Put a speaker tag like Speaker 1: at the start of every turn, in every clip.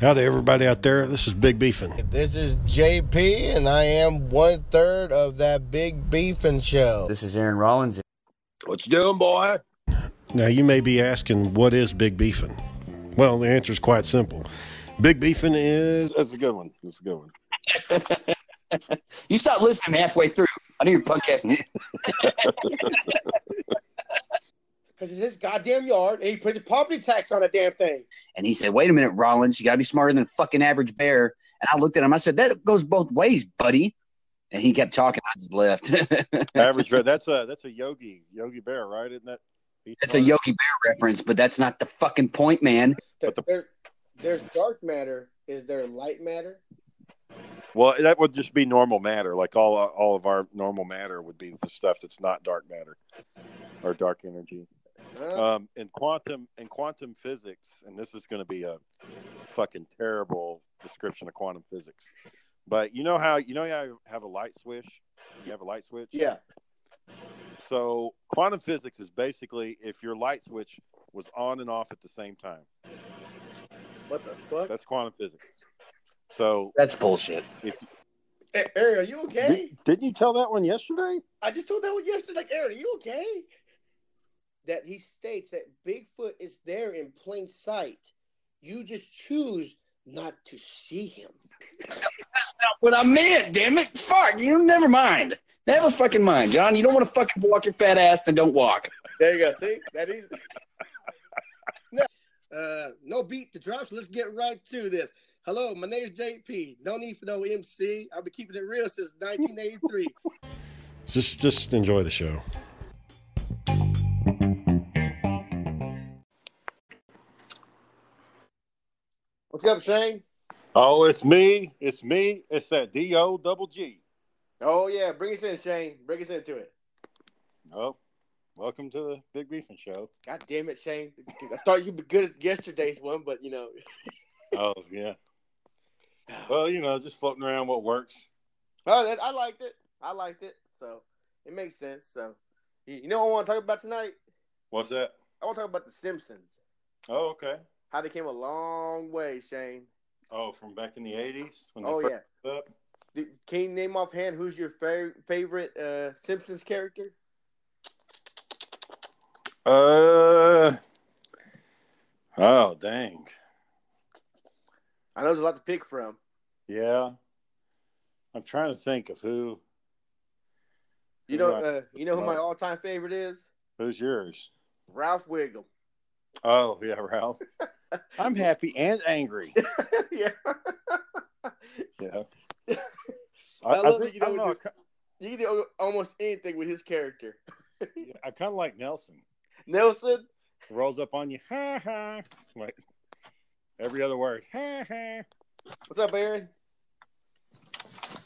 Speaker 1: Howdy, everybody out there. This is Big Beefin.
Speaker 2: This is JP, and I am one third of that Big Beefin' Show.
Speaker 3: This is Aaron Rollins.
Speaker 4: What you doing, boy?
Speaker 1: Now, you may be asking, what is Big Beefin? Well, the answer is quite simple. Big Beefin is
Speaker 4: That's a good one. That's a good one.
Speaker 3: You stopped listening halfway through. I knew your podcast. knew-
Speaker 2: Because it's his goddamn yard, and he put the property tax on a damn thing.
Speaker 3: And he said, "Wait a minute, Rollins. You got to be smarter than fucking average bear." And I looked at him. I said, "That goes both ways, buddy." And he kept talking. I just left.
Speaker 4: Average bear. That's a that's a Yogi Yogi Bear, right? Isn't that?
Speaker 3: that's a Yogi Bear reference, but that's not the fucking point, man.
Speaker 2: There,
Speaker 4: But the-
Speaker 2: there- there's dark matter. Is there light matter?
Speaker 4: Well, that would just be normal matter. Like all all of our normal matter would be the stuff that's not dark matter or dark energy.
Speaker 2: Huh?
Speaker 4: Um, in quantum in quantum physics, and this is going to be a fucking terrible description of quantum physics. But you know how you know how you have a light switch. You have a light switch.
Speaker 2: yeah.
Speaker 4: So quantum physics is basically if your light switch was on and off at the same time.
Speaker 2: What the fuck?
Speaker 4: That's quantum physics. So
Speaker 3: That's bullshit.
Speaker 2: Hey, Aaron, are you okay?
Speaker 4: Did, didn't you tell that one yesterday?
Speaker 2: I just told that one yesterday. Like, Aaron, are you okay? That he states that Bigfoot is there in plain sight. You just choose not to see him.
Speaker 3: That's not what I meant. Damn it! Fuck you. Never mind. Never fucking mind, John. You don't want to fucking walk your fat ass, then don't walk.
Speaker 2: There you go. See, that is. no, uh, no beat the drops. Let's get right to this. Hello, my name is JP. No need for no MC. I've been keeping it real since 1983.
Speaker 1: just just enjoy the show.
Speaker 2: What's up, Shane?
Speaker 4: Oh, it's me. It's me. It's that D O double G.
Speaker 2: Oh yeah, bring us in, Shane. Bring us into it.
Speaker 4: Oh, welcome to the Big Beefing Show.
Speaker 2: God damn it, Shane. I thought you'd be good at yesterday's one, but you know.
Speaker 4: Oh yeah. Well, you know, just floating around what works.
Speaker 2: Oh, that, I liked it. I liked it. So it makes sense. So you, you know what I want to talk about tonight?
Speaker 4: What's that?
Speaker 2: I want to talk about The Simpsons.
Speaker 4: Oh, okay.
Speaker 2: How they came a long way, Shane.
Speaker 4: Oh, from back in the eighties when they
Speaker 2: Oh
Speaker 4: first
Speaker 2: yeah.
Speaker 4: yeah. up.
Speaker 2: Do, can you name offhand who's your fa- favorite uh, Simpsons character?
Speaker 4: Uh oh dang.
Speaker 2: I know there's a lot to pick from.
Speaker 4: Yeah. I'm trying to think of who
Speaker 2: You know,
Speaker 4: Right.
Speaker 2: uh, you know who my all-time favorite is?
Speaker 4: who's yours.
Speaker 2: Ralph Wiggum.
Speaker 4: Oh yeah, Ralph. I'm happy and angry.
Speaker 2: yeah.
Speaker 4: Yeah. I,
Speaker 2: I love
Speaker 4: think-
Speaker 2: that you
Speaker 4: I
Speaker 2: don't
Speaker 4: know,
Speaker 2: do- You can do almost anything with his character.
Speaker 4: I kind of like Nelson.
Speaker 2: Nelson.
Speaker 4: Rolls up on you, ha ha. Like every other word, ha ha.
Speaker 2: What's up, Aaron?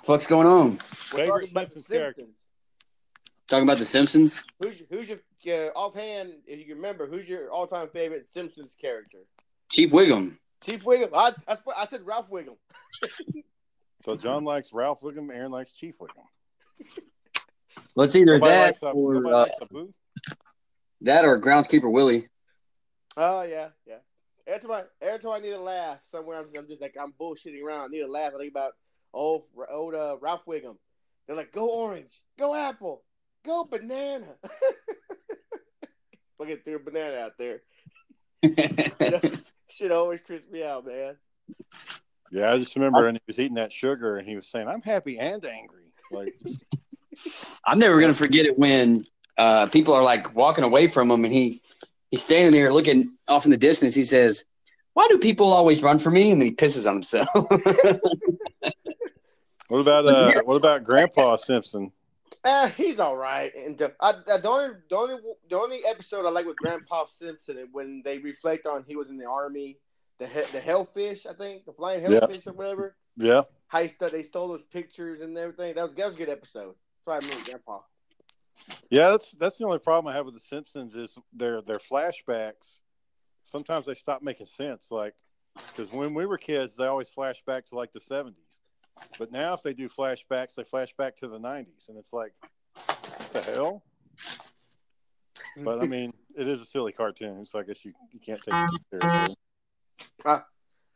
Speaker 3: What's going on?
Speaker 2: We're
Speaker 4: Favorite
Speaker 2: talking about The
Speaker 4: Simpsons character.
Speaker 2: Simpsons.
Speaker 3: Talking about the Simpsons.
Speaker 2: Who's your, who's your uh, offhand? If you can remember, who's your all-time favorite Simpsons character?
Speaker 3: Chief Wiggum.
Speaker 2: Chief Wiggum. I, I, sp- I said Ralph Wiggum.
Speaker 4: So John likes Ralph Wiggum, Aaron likes Chief Wiggum.
Speaker 3: Let's either
Speaker 4: Nobody
Speaker 3: that
Speaker 4: likes, uh,
Speaker 3: or
Speaker 4: nobody
Speaker 3: uh,
Speaker 4: likes Abu.
Speaker 3: that or groundskeeper Willie.
Speaker 2: Oh yeah, yeah. Every time I every time I need a laugh somewhere, I'm just, I'm just like I'm bullshitting around. I need a laugh. I think about old old uh, Ralph Wiggum. They're like, go orange, go apple, go banana. Look at threw a banana out there. You know, Shit always trips me out, man.
Speaker 4: Yeah, I just remember, and he was eating that sugar, and he was saying, "I'm happy and angry." Like, just-
Speaker 3: I'm never gonna forget it when uh, people are like walking away from him, and he he's standing there looking off in the distance. He says, "Why do people always run for me?" And then he pisses on himself.
Speaker 4: what about uh, what about Grandpa Simpson?
Speaker 2: Uh, he's all right. And uh, I, I, the only the only the only episode I like with Grandpa Simpson is when they reflect on he was in the army, the he- the hellfish, I think, the flying
Speaker 4: Yeah.
Speaker 2: hellfish or whatever.
Speaker 4: Yeah,
Speaker 2: how he st- they stole those pictures and everything. That was that was a good episode. That's why I remember Grandpa.
Speaker 4: yeah. That's that's the only problem I have with the Simpsons is their their flashbacks. Sometimes they stop making sense, like because when we were kids, they always flash back to like the '70s, but now if they do flashbacks, they flash back to the '90s, and it's like, what the hell? But I mean, it is a silly cartoon, so I guess you, you can't take it seriously.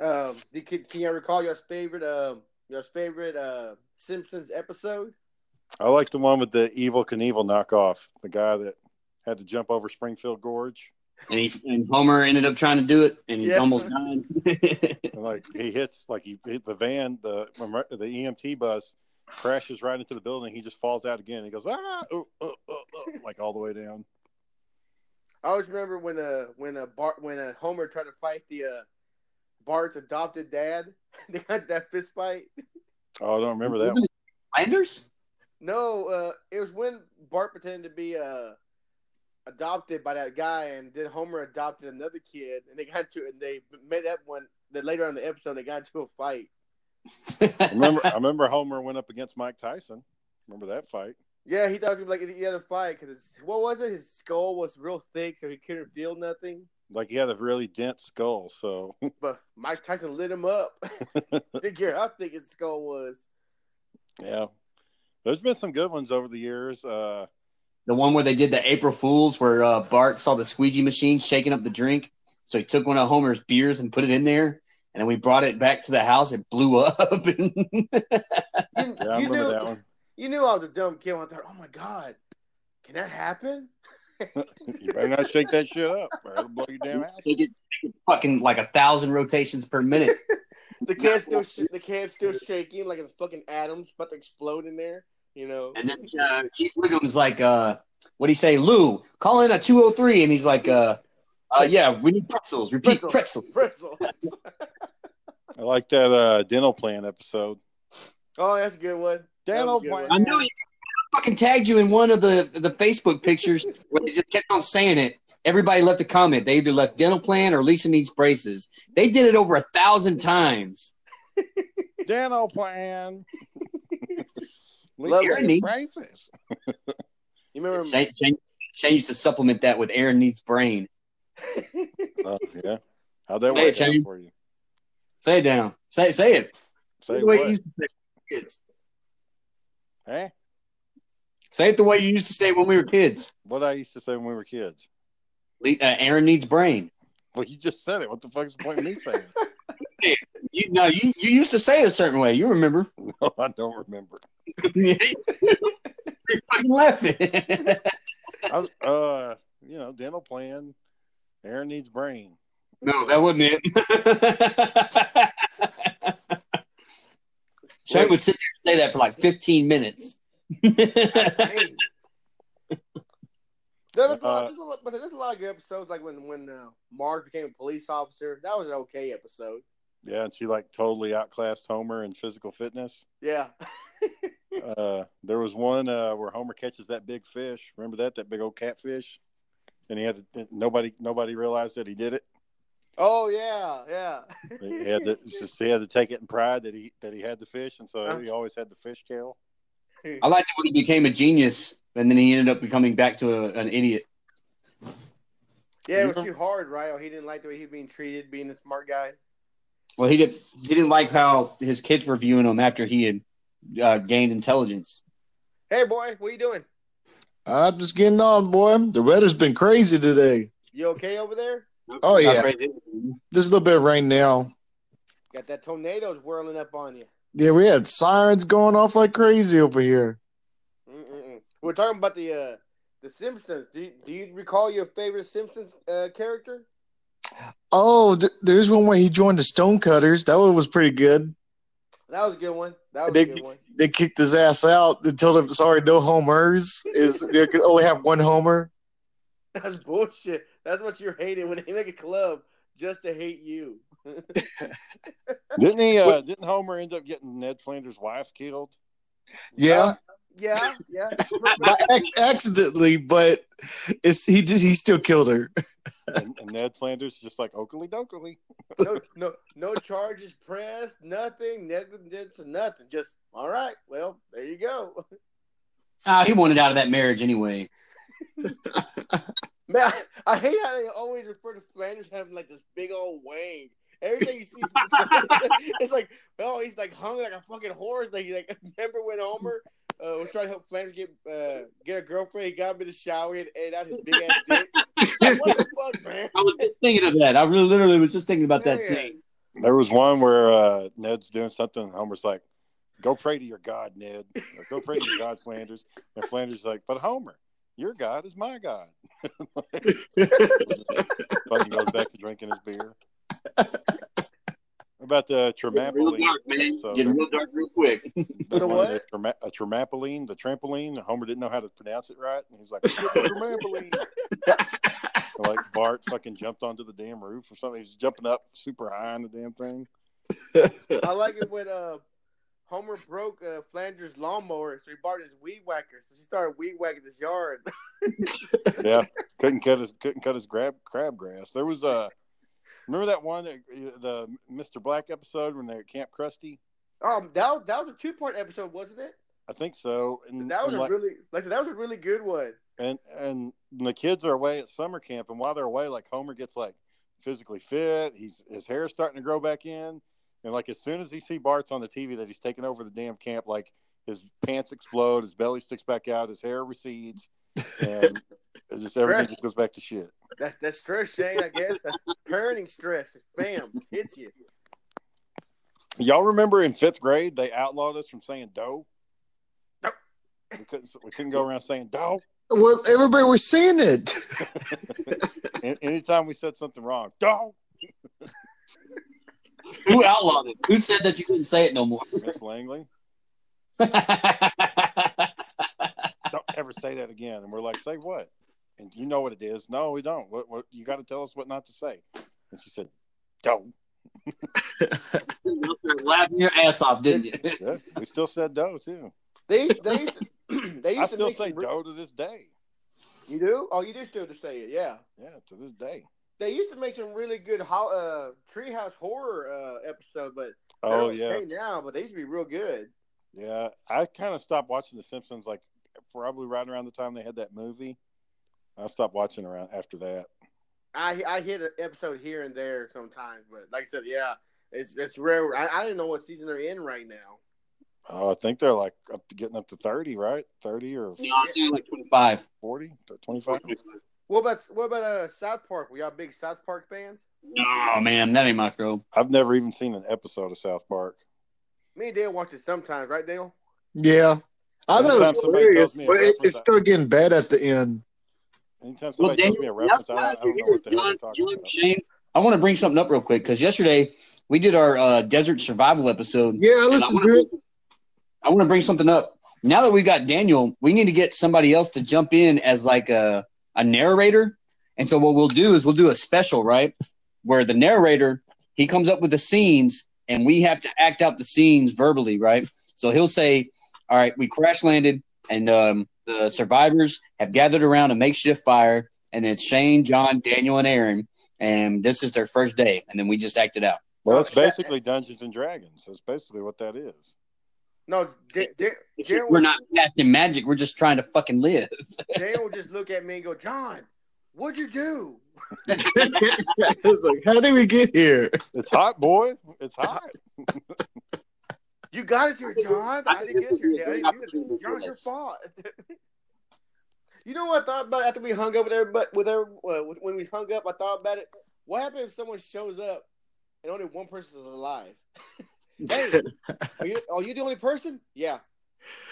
Speaker 2: Um, you can, can you recall your favorite um your favorite uh Simpsons episode?
Speaker 4: I like the one with the evil Knievel knockoff, the guy that had to jump over Springfield Gorge.
Speaker 3: And he and Homer ended up trying to do it and
Speaker 2: Yeah.
Speaker 3: he almost died.
Speaker 4: And like he hits, like he hit the van, the the EMT bus crashes right into the building. He just falls out again. He goes ah, oh, oh, oh, oh," like all the way down.
Speaker 2: I always remember when uh when a Bart when a Homer tried to fight the uh Bart's adopted dad. they got that fist fight.
Speaker 4: Oh, I don't remember that. One.
Speaker 3: Wasn't it Flanders?
Speaker 2: No, uh, it was when Bart pretended to be uh, adopted by that guy, and then Homer adopted another kid, and they got to and they met that one. Then later on in the episode, they got into a fight.
Speaker 4: I remember, uh, I remember Homer went up against Mike Tyson. Remember that fight?
Speaker 2: Yeah, he thought it was gonna be like he had a fight because what was it? His skull was real thick, so he couldn't feel nothing.
Speaker 4: Like he had a really dense skull, so
Speaker 2: But Mike Tyson lit him up. Didn't care how thick his skull was.
Speaker 4: yeah. There's been some good ones over the years. Uh,
Speaker 3: the one where they did the April Fools, where uh, Bart saw the squeegee machine shaking up the drink, so he took one of Homer's beers and put it in there, and then we brought it back to the house. It blew up.
Speaker 2: You,
Speaker 4: yeah, I
Speaker 2: you
Speaker 4: remember
Speaker 2: knew,
Speaker 4: that one.
Speaker 2: You knew I was a dumb kid. I thought, oh my god, can that happen?
Speaker 4: You better not shake that shit up, or it'll blow your damn ass.
Speaker 3: They did fucking like a thousand rotations per minute.
Speaker 2: The can's still sh- the can's still shaking like it's fucking atoms about to explode in there. You know.
Speaker 3: And then uh, Chief Wiggum's like, uh, "What do you say, Lou? Call in a 203." And he's like, uh, uh, "Yeah, we need pretzels. Repeat
Speaker 2: Pretzel.
Speaker 3: pretzels."
Speaker 2: Bristle.
Speaker 4: I like that uh, dental plan episode.
Speaker 2: oh, that's a good one. That
Speaker 4: Dental
Speaker 2: was a good
Speaker 4: plan.
Speaker 3: I knew you I fucking tagged you in one of the the Facebook pictures where they just kept on saying it. Everybody left a comment. They either left dental plan or Lisa needs braces. They did it over a thousand times.
Speaker 4: dental plan.
Speaker 2: Love
Speaker 4: Leaking
Speaker 3: it.
Speaker 4: prices.
Speaker 2: You remember?
Speaker 3: Change, change, change to supplement that with Aaron needs brain.
Speaker 4: Oh, yeah. How'd that
Speaker 3: Hey,
Speaker 4: work out
Speaker 3: Shane.
Speaker 4: for you?
Speaker 3: Say it down. Say say it. Say it
Speaker 4: Say
Speaker 3: the way you
Speaker 4: what?
Speaker 3: used to say it. when we were kids.
Speaker 4: Eh?
Speaker 3: Say it the way you used to say it when we were kids.
Speaker 4: What I used to say when we were kids.
Speaker 3: Le- Uh, Aaron needs brain.
Speaker 4: Well, you just said it. What the fuck's the point of me saying? it?
Speaker 3: You no, you, you used to say it a certain way. You remember?
Speaker 4: no, I don't remember.
Speaker 3: you fucking laughing.
Speaker 4: I was, uh, you know, dental plan. Aaron needs brain.
Speaker 3: No, that wasn't it. Shane would sit there and say that for like 15 minutes.
Speaker 2: Hey. There's a, lot,
Speaker 4: Uh,
Speaker 2: there's, a lot, but there's a lot of good episodes, like when when uh, Marge became a police officer. That was an okay episode.
Speaker 4: Yeah, and she like totally outclassed Homer in physical fitness.
Speaker 2: Yeah,
Speaker 4: Uh, there was one uh, where Homer catches that big fish. Remember that? That big old catfish. And he had to, nobody nobody realized that he did it.
Speaker 2: Oh yeah,
Speaker 4: He had to it's just, he had to take it in pride that he that he had the fish, and so he always had the fish tail.
Speaker 2: yeah.
Speaker 3: I liked it when he became a genius and then he ended up becoming back to a, an idiot.
Speaker 2: yeah, it was too hard, right? Or he didn't like the way he was being treated, being a smart guy.
Speaker 3: Well, he didn't he didn't like how his kids were viewing him after he had uh, gained intelligence.
Speaker 2: Hey, boy, what you doing?
Speaker 5: I'm just getting on, boy. The weather's been crazy today.
Speaker 2: You okay over there?
Speaker 5: Oh,
Speaker 3: Not
Speaker 5: yeah.
Speaker 3: crazy.
Speaker 5: There's a little bit of rain now.
Speaker 2: Got that tornadoes whirling up on you.
Speaker 5: Yeah, we had sirens going off like crazy over here.
Speaker 2: Mm-mm-mm. We're talking about the uh, the Simpsons. Do you, do you recall your favorite Simpsons uh, character?
Speaker 5: Oh, th- there's one where he joined the Stonecutters. That one was pretty good.
Speaker 2: That was a good one. That was a
Speaker 5: They-
Speaker 2: good one.
Speaker 5: They kicked his ass out and told him, "Sorry, no homers. Is they could only have one homer."
Speaker 2: That's bullshit. That's what you're hating when they make a club just to hate you.
Speaker 4: Didn't he? Uh, didn't Homer end up getting Ned Flanders' wife killed?
Speaker 2: Uh,
Speaker 5: Yeah,
Speaker 2: Yeah, yeah.
Speaker 5: by ac- accidentally, but it's he just he still killed her.
Speaker 4: And, and Ned Flanders just like oakley dokley.
Speaker 2: No, no, no charges pressed. Nothing. Negligence. Nothing. Just all right. Well, there you go.
Speaker 3: Ah, he wanted out of that marriage anyway.
Speaker 2: Man, I, I hate how they always refer to Flanders having like this big old wang. Everything you see, it's like, it's like, oh, he's like hung like a fucking horse. Like, he's like remember when Homer uh, was trying to help Flanders get uh, get a girlfriend? He got him in the shower and ate out his big ass dick. what the fuck, man?
Speaker 3: I was just thinking of that. I really literally was just thinking about that
Speaker 2: Yeah.
Speaker 3: scene.
Speaker 4: There was one where uh, Ned's doing something, and Homer's like, "Go pray to your God, Ned. Or, Go pray to your God, Flanders." And Flanders is like, "But Homer, your God is my God." Fucking goes back to drinking his beer. About the
Speaker 3: real
Speaker 4: tramapoline.
Speaker 3: dark, man.
Speaker 4: So-
Speaker 3: Getting real dark real quick.
Speaker 4: There's
Speaker 2: The
Speaker 4: one
Speaker 2: what?
Speaker 4: of The trama- a tramapoline, the trampoline. and Homer didn't know how to pronounce it right, and he's like, "Let's get the "Trampoline." And, like Bart fucking jumped onto the damn roof or something. He was jumping up super high on the damn thing.
Speaker 2: I like it when uh, Homer broke uh, Flanders' lawnmower, so he borrowed his weed whacker. So he started weed whacking his yard.
Speaker 4: Yeah, couldn't cut his couldn't cut his grab crabgrass. There was a remember that one that, uh, the Mr. Black episode when they were at Camp Krusty.
Speaker 2: um, that was, that was a two part episode, wasn't it?
Speaker 4: I think so. And
Speaker 2: That was
Speaker 4: and
Speaker 2: a
Speaker 4: like,
Speaker 2: really like I said, that was a really good one.
Speaker 4: and and the kids are away at summer camp, and while they're away, like Homer gets like physically fit. He's his hair's starting to grow back in, and like as soon as he see Bart's on the TV that he's taking over the damn camp, like his pants explode, his belly sticks back out, his hair recedes, and it just everything just goes back to shit.
Speaker 2: That's that's stress, Shane. I guess that's parenting stress. It's bam, it hits you.
Speaker 4: Y'all remember in fifth grade they outlawed us from saying "doe."
Speaker 2: Nope.
Speaker 4: We couldn't we couldn't go around saying "doe."
Speaker 5: well, everybody was seeing it.
Speaker 4: An- Anytime we said something wrong, "doe."
Speaker 3: Who outlawed it? Who said that you couldn't say it no more?
Speaker 4: Miss Langley. don't ever say that again. And we're like, say what? And you know what it is? No, we don't. What? what you got to tell us what not to say. And she said, "Doe."
Speaker 3: laughing your ass off, didn't you?
Speaker 4: Yeah, we still said "doe" too.
Speaker 2: They used, they used to, they used
Speaker 4: I
Speaker 2: to
Speaker 4: still
Speaker 2: make
Speaker 4: say
Speaker 2: some re-
Speaker 4: "doe" to this day.
Speaker 2: You do? Oh, you do still to say it, yeah.
Speaker 4: Yeah, to this day.
Speaker 2: They used to make some really good ho- uh, treehouse horror uh, episode, but they
Speaker 4: Oh
Speaker 2: don't
Speaker 4: yeah,
Speaker 2: stay now, but they used to be real good.
Speaker 4: yeah. I kind of stopped watching The Simpsons like probably right around the time they had that movie. I stopped watching around after that.
Speaker 2: I I hit an episode here and there sometimes, but like I said, yeah, it's it's rare. I, I don't know what season they're in right now.
Speaker 4: Oh, I think they're like up to getting up to thirty, right? Thirty or
Speaker 3: No, I'm saying like 25.
Speaker 4: 40, 25.
Speaker 2: What about what about uh, South Park? Were y'all big South Park fans?
Speaker 3: No, man, that ain't my show.
Speaker 4: I've never even seen an episode of South Park.
Speaker 2: Me and Dale watch it sometimes, right, Dale?
Speaker 5: Yeah. I thought it was
Speaker 4: Sometimes somebody
Speaker 5: hilarious,
Speaker 4: tells me
Speaker 5: but
Speaker 4: that's
Speaker 5: it,
Speaker 4: what the-
Speaker 5: it started getting bad at the end.
Speaker 4: Anytime
Speaker 3: Well,
Speaker 4: somebody
Speaker 3: Daniel,
Speaker 4: tells me a
Speaker 3: now
Speaker 4: reference, I don't, I
Speaker 3: that you're
Speaker 4: don't know
Speaker 3: here,
Speaker 4: what the hell
Speaker 3: John,
Speaker 4: they're talking
Speaker 3: John,
Speaker 4: about.
Speaker 3: Shane, I want to bring something up real quick because yesterday we did our uh, desert survival episode.
Speaker 5: Yeah, I
Speaker 3: And
Speaker 5: listened
Speaker 3: I wanna-
Speaker 5: to it.
Speaker 3: I want to bring something up. Now that we've got Daniel, we need to get somebody else to jump in as like a, a narrator. And so what we'll do is we'll do a special, right? Where the narrator he comes up with the scenes and we have to act out the scenes verbally, right? So he'll say, All right, we crash landed and um, the survivors have gathered around a makeshift fire, and then Shane, John, Daniel, and Aaron, and this is their first day, and then we just act it out.
Speaker 4: Well, that's
Speaker 2: Okay, that-
Speaker 4: basically Dungeons and Dragons. That's basically what that is.
Speaker 2: No, D- D- Dale,
Speaker 3: We're
Speaker 2: would,
Speaker 3: not casting magic, we're just trying to fucking live.
Speaker 2: Dale would just look at me and go, "John, what'd you do?"
Speaker 5: It was like, how did we get here?
Speaker 4: It's hot, boy. It's hot.
Speaker 2: You got us here, John. I didn't get us here.
Speaker 3: This
Speaker 2: Dale.
Speaker 3: would
Speaker 2: I
Speaker 3: be a
Speaker 2: didn't
Speaker 3: great
Speaker 2: do
Speaker 3: opportunity
Speaker 2: it. John's
Speaker 3: for
Speaker 2: your
Speaker 3: us.
Speaker 2: fault. you know what I thought about after we hung up with everybody? With every, uh, with- when we hung up, I thought about it. What happens if someone shows up and only one person is alive? hey, are you are you the only person? Yeah.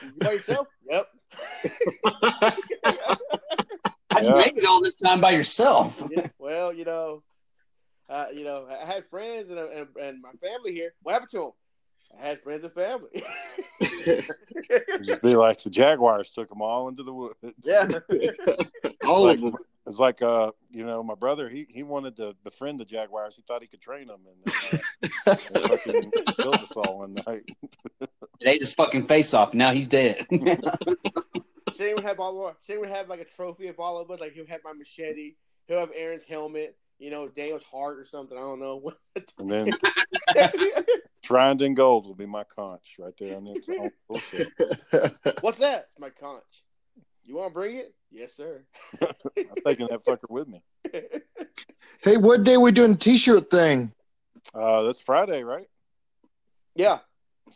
Speaker 2: You by yourself? yep.
Speaker 3: How'd you
Speaker 4: Yeah.
Speaker 3: make it all this time by yourself?
Speaker 2: Yeah, well, you know, uh, you know, I I had friends and, uh, and and my family here. What happened to them? I had friends and family.
Speaker 4: It'd just be like the Jaguars took them all into the woods.
Speaker 2: yeah.
Speaker 5: All of them.
Speaker 4: It's like, uh, you know, my brother. He he wanted to befriend the Jaguars. He thought he could train them, and uh, they fucking killed us all one night.
Speaker 3: They just fucking face off. Now he's dead.
Speaker 2: Shane would have all of our, Shane would have like a trophy of all of us. Like he'll have my machete. He'll have Aaron's helmet. You know, Daniel's heart or something. I don't know.
Speaker 4: And then trined in gold will be my conch right there on this. on- also.
Speaker 2: What's that? It's my conch. You want to bring it? Yes, sir.
Speaker 4: I'm taking that fucker with me.
Speaker 5: hey, what day we doing the t-shirt thing?
Speaker 4: Uh, that's Friday, right?
Speaker 2: yeah.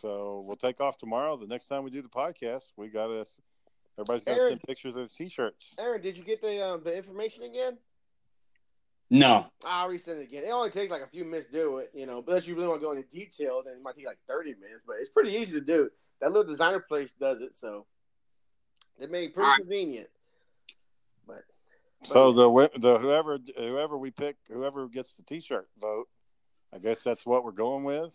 Speaker 4: So we'll take off tomorrow. The next time we do the podcast, we got to everybody's got to
Speaker 2: Aaron.
Speaker 4: send pictures of their t-shirts.
Speaker 2: Aaron, did you get the um, the information again?
Speaker 3: No.
Speaker 2: I'll resend it again. It only takes like a few minutes to do it, you know. but Unless you really want to go into detail, then it might take like thirty minutes. But it's pretty easy to do. That little designer place does it, so they made it pretty
Speaker 3: Alright.
Speaker 2: convenient. But
Speaker 4: So the wi- the whoever whoever we pick, whoever gets the T-shirt vote. I guess that's what we're going with.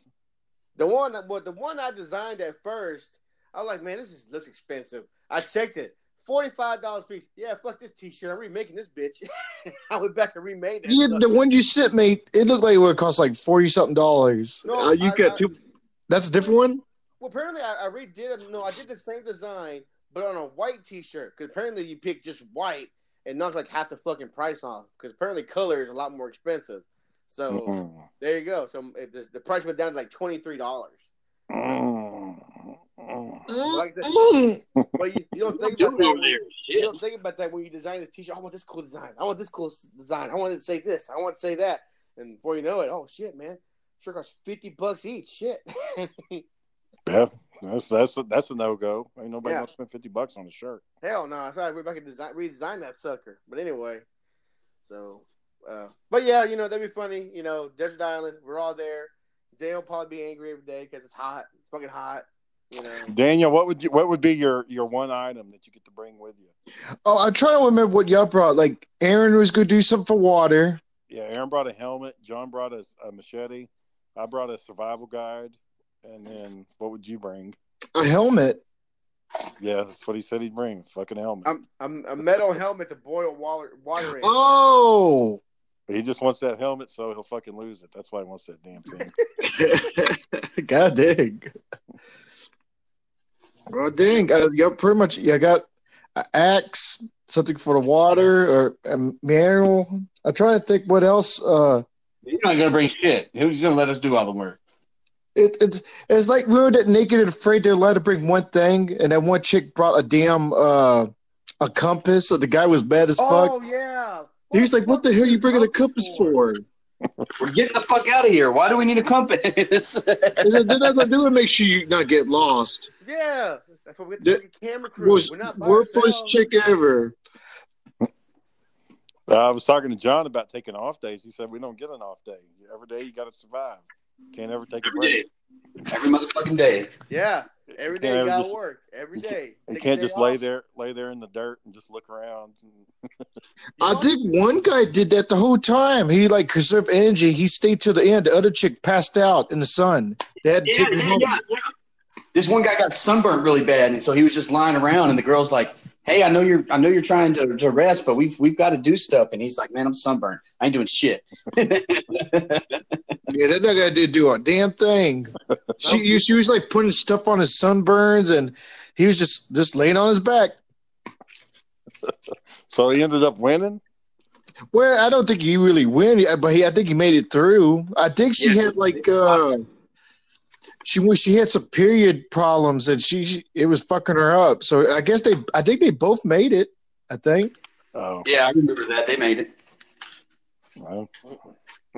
Speaker 2: The one that well, the one I designed at first, I was like, man, this is, looks expensive. I checked it. Forty-five dollars piece. Yeah, fuck this T-shirt. I'm remaking this bitch. I went back and remade that.
Speaker 5: Yeah,
Speaker 2: sucker.
Speaker 5: the one you sent me, it looked like it would cost like forty something dollars.
Speaker 2: No,
Speaker 5: uh, you
Speaker 2: I-
Speaker 5: got
Speaker 2: I-
Speaker 5: two. That's a different one.
Speaker 2: Well, apparently I, I redid it. No, I did the same design, but on a white T-shirt. Because apparently you pick just white and knocks like half the fucking price off. Because apparently color is a lot more expensive. So
Speaker 4: Mm.
Speaker 2: there you go. So it, the, the price went down to like twenty-three dollars.
Speaker 4: Mm.
Speaker 2: Like I said-
Speaker 5: Mm.
Speaker 2: But you, you don't think
Speaker 3: Dude
Speaker 2: about that.
Speaker 3: over there,
Speaker 2: You
Speaker 3: shit.
Speaker 2: don't think about that when you design this T-shirt. I want this cool design. I want this cool s- design. I want it to say this. I want it to say that. And before you know it, oh shit, man, sure costs fifty bucks each. Shit.
Speaker 4: Yeah, that's that's a, that's a no go. Ain't nobody
Speaker 2: Yeah.
Speaker 4: gonna spend fifty bucks on a shirt.
Speaker 2: Hell no! I thought we're back to design, redesign that sucker. But anyway, so, uh, but yeah, you know that'd be funny. You know, desert island. We're all there. Dale will probably be angry every day because it's hot. It's fucking hot. You know.
Speaker 4: Daniel, what would you what would be your your one item that you get to bring with you?
Speaker 5: Oh, I'm trying to remember what y'all brought. Like Aaron was gonna do something for water.
Speaker 4: Yeah, Aaron brought a helmet. John brought a, a machete. I brought a survival guide. And then what would you bring?
Speaker 5: A helmet.
Speaker 4: Yeah, that's what he said he'd bring. Fucking helmet.
Speaker 2: I'm, I'm a metal helmet to boil water, water in.
Speaker 5: Oh.
Speaker 4: he just wants that helmet so he'll fucking lose it. That's why he wants that damn thing.
Speaker 5: God dang. Well, dang. Uh, yeah, pretty much. Yeah, I got an axe, something for the water, or a manual. I'm trying to think what else. Uh,
Speaker 3: You're not gonna bring shit. Who's gonna let us do all the work?
Speaker 5: it, it's it's like we were that naked and afraid to let her bring one thing, and that one chick brought a damn uh, a compass. So the guy was mad as fuck.
Speaker 2: Oh yeah.
Speaker 5: he was like, "What the hell you bringing a compass for?"
Speaker 3: We're getting the fuck out of here. Why do we need a compass?
Speaker 5: He said, "They're not gonna do it. Make sure you not get lost."
Speaker 2: Yeah, that's what we get the
Speaker 5: That
Speaker 2: fucking camera crew.
Speaker 5: Was
Speaker 2: we're not by
Speaker 5: worthless
Speaker 2: ourselves.
Speaker 5: chick ever.
Speaker 4: Uh, I was talking to John about taking off days. He said we don't get an off day. Every day you got to survive. Can't ever take a
Speaker 3: Every
Speaker 4: break.
Speaker 3: day. Every motherfucking day.
Speaker 2: Yeah, every
Speaker 4: Can't
Speaker 2: day you
Speaker 4: ever
Speaker 2: gotta
Speaker 4: just-
Speaker 2: work. Every
Speaker 4: you can't-
Speaker 2: day.
Speaker 4: You
Speaker 2: Take a
Speaker 4: can't
Speaker 2: day
Speaker 4: just lay
Speaker 2: off.
Speaker 4: there, lay there in the dirt and just look around.
Speaker 2: You
Speaker 5: I
Speaker 2: know?
Speaker 5: think one guy did that the whole time. He like conserved energy. He stayed till the end. The other chick passed out in the sun. They had to take him home.
Speaker 3: This one guy got sunburned really bad, and so he was just lying around. And the girl's like, "Hey, I know you're, I know you're trying to, to rest, but we've we've got to do stuff." And he's like, "Man, I'm sunburned. I ain't doing shit."
Speaker 5: Yeah, that guy did do a damn thing. She, you- she was like putting stuff on his sunburns, and he was just just laying on his back.
Speaker 4: So he ended up winning.
Speaker 5: Well, I don't think he really win, but he, I think he made it through. I think she
Speaker 3: Yeah.
Speaker 5: had like uh, she was she had some period problems, and she she- it was fucking her up. So I guess they, I think they both made it. I think.
Speaker 4: Oh,
Speaker 3: yeah, I remember that. They made it.
Speaker 4: well.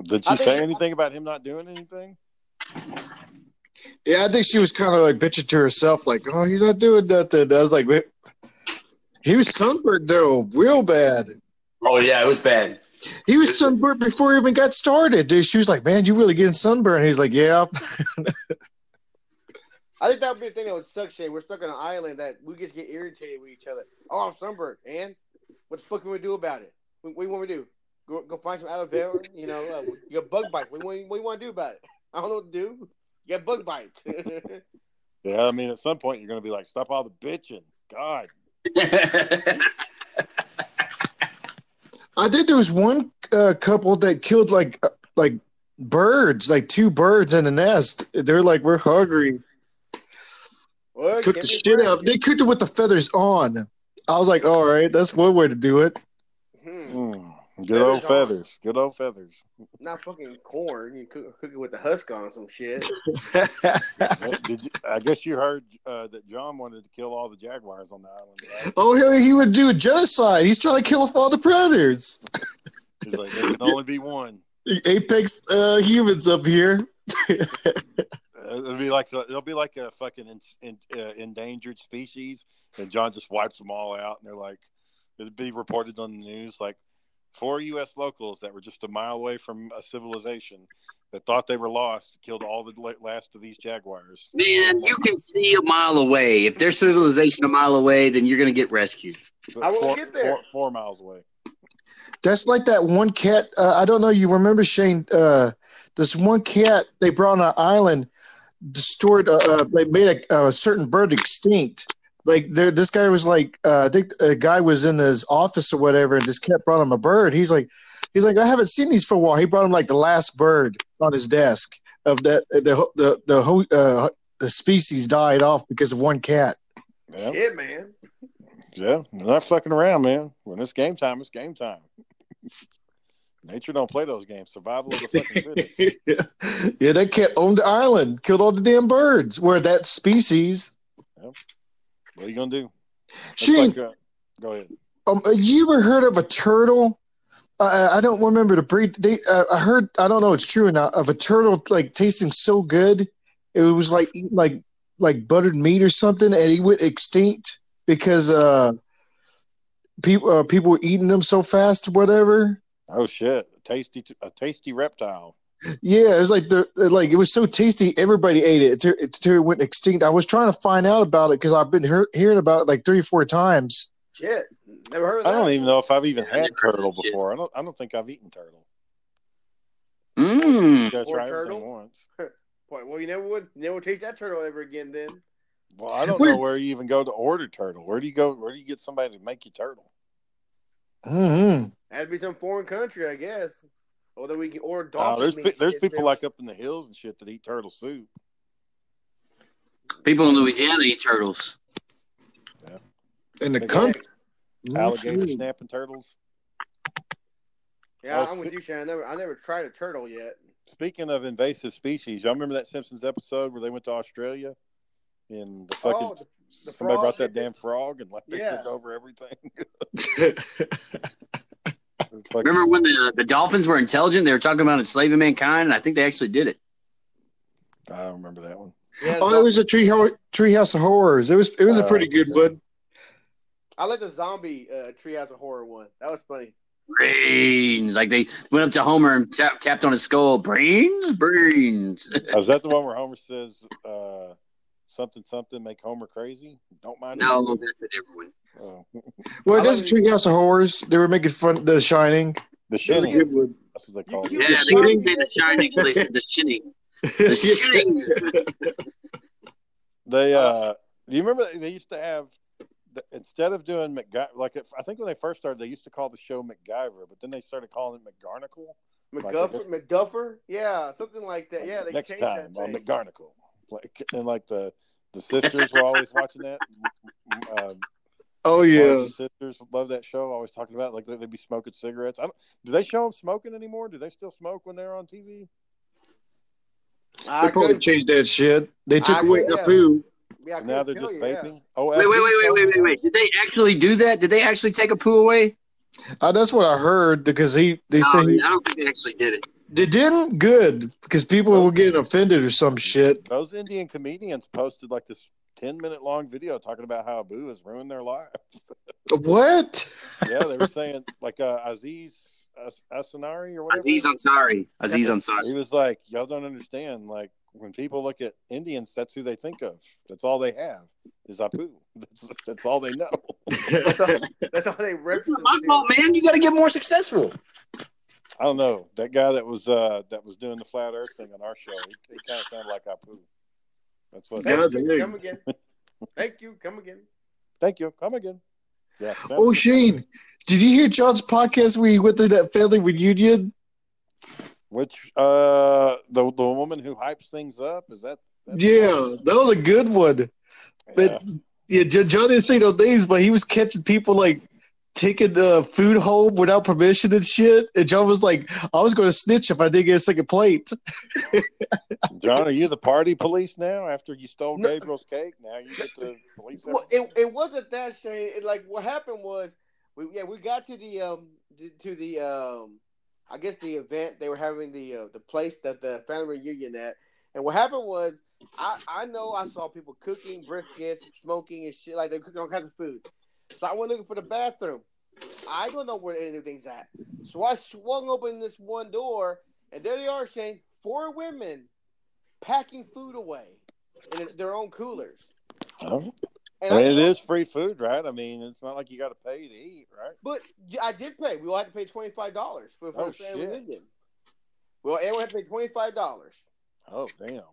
Speaker 4: did
Speaker 2: I
Speaker 4: she
Speaker 2: think-
Speaker 4: say anything about him not doing anything?
Speaker 5: Yeah, I think she was kind of like bitching to herself, like, "Oh, he's not doing nothing." I was like, "Wait." "He was sunburned though, real bad.
Speaker 3: Oh yeah, it was bad.
Speaker 5: He was sunburned before he even got started." Dude, she was like, "Man, you really getting sunburned?" He's like, "Yeah."
Speaker 2: I think that would be the thing that would suck, Shay. We're stuck on an island that we just get irritated with each other. Oh, I'm sunburned, and what the fuck can we do about it? What, what do you want me to do? Go, go find some aloe vera? You know, uh, you got bug bites. What, what, what do you want to do about it? I don't know what to do. You got bug bites.
Speaker 4: Yeah, I mean, at some point you're going to be like, stop all the bitching. God,
Speaker 5: I think there was one uh, couple that killed like uh, like birds, like two birds in a nest. They're like, "We're hungry."
Speaker 2: well,
Speaker 5: Cooked
Speaker 2: give
Speaker 5: the
Speaker 2: me
Speaker 5: shit
Speaker 2: friends.
Speaker 5: out. They cooked it with the feathers on. I was like, "All right, that's one way to do it."
Speaker 2: Hmm,
Speaker 4: Mm. good
Speaker 2: Feathers
Speaker 4: old
Speaker 2: on.
Speaker 4: feathers. Good old feathers.
Speaker 2: not fucking corn. You cook, cook it with the husk on or some shit.
Speaker 4: Hey, did you, I guess you heard uh, that John wanted to kill all the jaguars on the island. Right?
Speaker 5: oh, he, he would do a genocide. He's trying to kill off all the predators.
Speaker 4: He's like, there can only be one.
Speaker 5: apex uh, humans up here.
Speaker 4: Uh, It'll be like a, it'll be like a fucking in, in, uh, endangered species, and John just wipes them all out, and they're like, it'll be reported on the news like Four U.S. locals that were just a mile away from a civilization that thought they were lost killed all the la- last of these jaguars.
Speaker 3: Man, you can see a mile away. If there's civilization a mile away, then you're gonna get rescued.
Speaker 4: But
Speaker 2: I won't
Speaker 4: four,
Speaker 2: get there.
Speaker 4: Four, four miles away.
Speaker 5: That's like that one cat. Uh, I don't know. You remember Shane? Uh, this one cat they brought on an island, destroyed. Uh, uh, they made a, a certain bird extinct. Like there, this guy was like, uh, I think a guy was in his office or whatever, and this cat brought him a bird. He's like, he's like, I haven't seen these for a while. He brought him like the last bird on his desk of that the ho- the the whole uh, the species died off because of one cat.
Speaker 4: Yeah,
Speaker 2: Shit, man.
Speaker 4: yeah. They're not fucking around, man. When it's game time, it's game time. Nature don't play those games. Survival of the fucking fittest.
Speaker 5: yeah, that cat owned the island, killed all the damn birds. Where that species.
Speaker 4: What are you gonna do? That's
Speaker 5: Shane,
Speaker 4: like, uh, go ahead.
Speaker 5: Um, uh, you ever heard of a turtle? Uh, I don't remember the breed. They, uh, I heard, I don't know, if it's true or not, of a turtle like tasting so good, it was like eating like like buttered meat or something, and he went extinct because uh, people uh, people were eating them so fast, or whatever.
Speaker 4: Oh shit! A tasty, a tasty reptile.
Speaker 5: Yeah, it was like the like it was so tasty, everybody ate it until- until it went extinct. I was trying to find out about it because I've been hear- hearing about it like three or four times.
Speaker 2: Shit. Never heard of that.
Speaker 4: I don't even know if I've even
Speaker 3: Yeah, I
Speaker 4: had
Speaker 3: never heard
Speaker 4: turtle
Speaker 3: that shit.
Speaker 4: before. I don't. I don't think I've eaten turtle. You
Speaker 3: Mm.
Speaker 4: gotta
Speaker 2: Or
Speaker 4: try everything
Speaker 2: turtle?
Speaker 4: once.
Speaker 2: Boy, well, you never would never would taste that turtle ever again then.
Speaker 4: Well, I don't
Speaker 5: We're-
Speaker 4: know where you even go to order turtle. Where do you go? Where do you get somebody to make you turtle?
Speaker 5: hmm
Speaker 2: That'd be some foreign country, I guess. Or that we can order
Speaker 4: Uh,
Speaker 2: dolphin
Speaker 4: there's
Speaker 2: meat
Speaker 4: pe- there's
Speaker 2: shit,
Speaker 4: people
Speaker 2: man.
Speaker 4: like up in the hills and shit that eat turtle soup.
Speaker 3: People in Louisiana eat turtles.
Speaker 5: In the
Speaker 4: Yeah.
Speaker 5: country,
Speaker 2: Mm-hmm.
Speaker 4: Alligator
Speaker 5: Mhm.
Speaker 4: snapping turtles.
Speaker 2: Yeah,
Speaker 4: Oh,
Speaker 2: I'm with you, Shane. I never I never tried a turtle yet.
Speaker 4: Speaking of invasive species, y'all remember that Simpsons episode where they went to Australia and the fucking
Speaker 2: oh, the, the
Speaker 4: somebody
Speaker 2: frog
Speaker 4: brought that
Speaker 2: did it?
Speaker 4: damn frog and like they
Speaker 2: Yeah.
Speaker 4: took over everything. It's like-
Speaker 3: Remember when the, the dolphins were intelligent? They were talking about enslaving mankind, and I think they actually did it.
Speaker 4: I don't remember that one.
Speaker 2: yeah,
Speaker 5: Oh, it was a tree treehouse of horrors. It was it was a
Speaker 4: Oh,
Speaker 5: pretty good
Speaker 4: okay.
Speaker 5: one.
Speaker 2: I like the zombie uh, treehouse of horror one. That was funny.
Speaker 3: Brains. Like they went up to Homer and tap, tapped on his skull. Brains, brains.
Speaker 4: Oh, Is that the one where Homer says uh, something something make Homer crazy? Don't mind. it.
Speaker 3: no, that's a different one.
Speaker 4: Oh.
Speaker 5: Well,
Speaker 2: I
Speaker 5: it is a
Speaker 2: like-
Speaker 5: treehouse of horrors. They were making fun of The Shining.
Speaker 4: The
Speaker 5: It was a
Speaker 4: shining.
Speaker 5: good one.
Speaker 4: That's what they
Speaker 2: You
Speaker 4: call
Speaker 2: cute
Speaker 3: Yeah,
Speaker 2: The
Speaker 4: it.
Speaker 3: they
Speaker 2: Shining?
Speaker 3: didn't say the shining. They said the shinning. The shinning.
Speaker 4: They. Uh, do you remember they used to have the, instead of doing MacGyver? Like if, I think when they first started, they used to call the show MacGyver, but then they started calling it McGarnacle.
Speaker 2: McGuffer, McDuffer, yeah, something like that. Yeah, they
Speaker 4: next
Speaker 2: changed
Speaker 4: time uh,
Speaker 2: that
Speaker 4: on
Speaker 2: thing.
Speaker 4: McGarnacle. Like and like the the sisters were always watching that. Uh,
Speaker 5: Oh
Speaker 4: yeah.
Speaker 5: yeah.
Speaker 4: sisters love that show. Always talking about it, like they'd be smoking cigarettes. I don't, do they show them smoking anymore? Do they still smoke when they're on TV?
Speaker 2: I
Speaker 5: They probably
Speaker 2: couldn't-
Speaker 5: changed that shit. They took
Speaker 2: I
Speaker 5: away
Speaker 2: couldn't-
Speaker 5: Apu.
Speaker 2: yeah, I couldn't
Speaker 4: now they're
Speaker 2: tell
Speaker 4: just
Speaker 2: you, yeah.
Speaker 4: vaping. Oh,
Speaker 3: wait, wait, wait, wait, wait, wait. Did they actually do that? Did they actually take a poo away?
Speaker 5: Uh, that's what I heard because he they
Speaker 2: Oh,
Speaker 3: No,
Speaker 5: said
Speaker 3: I
Speaker 5: he,
Speaker 3: don't think they actually did it.
Speaker 5: they didn't good because people were getting offended or some shit.
Speaker 4: Those Indian comedians posted like this ten minute long video talking about how Abu has ruined their life.
Speaker 5: What?
Speaker 4: yeah, they were saying like uh, Aziz As- Asanari or whatever.
Speaker 3: Aziz Ansari. Aziz
Speaker 4: He
Speaker 3: Ansari.
Speaker 4: was like, y'all don't understand. Like when people look at Indians, that's who they think of. That's all they have is Apu. That's, that's all they know.
Speaker 2: That's all, that's all they
Speaker 3: It's
Speaker 2: referenced.
Speaker 3: not my fault, Oh, man. You got to get more successful.
Speaker 4: I don't know that guy that was uh that was doing the flat Earth thing on our show. He, he kind of sounded like Apu. That's what.
Speaker 5: Yeah.
Speaker 2: Thank you.
Speaker 5: dang.
Speaker 2: Come again. Thank you. Come again.
Speaker 4: Thank you. Come again. Yeah. sounds-
Speaker 5: Oh Shane, did you hear John's podcast where he went through that family reunion?
Speaker 4: Which uh the the woman who hypes things up is that? that's-
Speaker 5: Yeah, that was a good one.
Speaker 4: Yeah.
Speaker 5: But yeah, John, John didn't say no names, but he was catching people like taking the food home without permission and shit. And John was like, "I was going to snitch if I didn't get a second plate."
Speaker 4: John, are you the party police now? After you stole
Speaker 2: No.
Speaker 4: Gabriel's cake, now you get to police.
Speaker 2: Well,
Speaker 4: everything?
Speaker 2: it, it wasn't that Shane. It, like what happened was, we yeah we got to the um th- to the um I guess the event they were having the uh, the place that the family reunion at, and what happened was I I know I saw people cooking briskets, smoking and shit like they were cooking all kinds of food, so I went looking for the bathroom. I don't know where anything's at. So I swung open this one door, and there they are, Shane. Four women packing food away in their own coolers.
Speaker 4: Oh.
Speaker 2: And
Speaker 4: I mean,
Speaker 2: I-
Speaker 4: it is free food, right? I mean, it's not like you got to pay to eat, right?
Speaker 2: But yeah, I did pay. We all had to pay twenty five dollars for the
Speaker 4: Oh,
Speaker 2: first family
Speaker 4: shit.
Speaker 2: reunion. Well, everyone had to pay twenty five dollars.
Speaker 4: Oh, damn.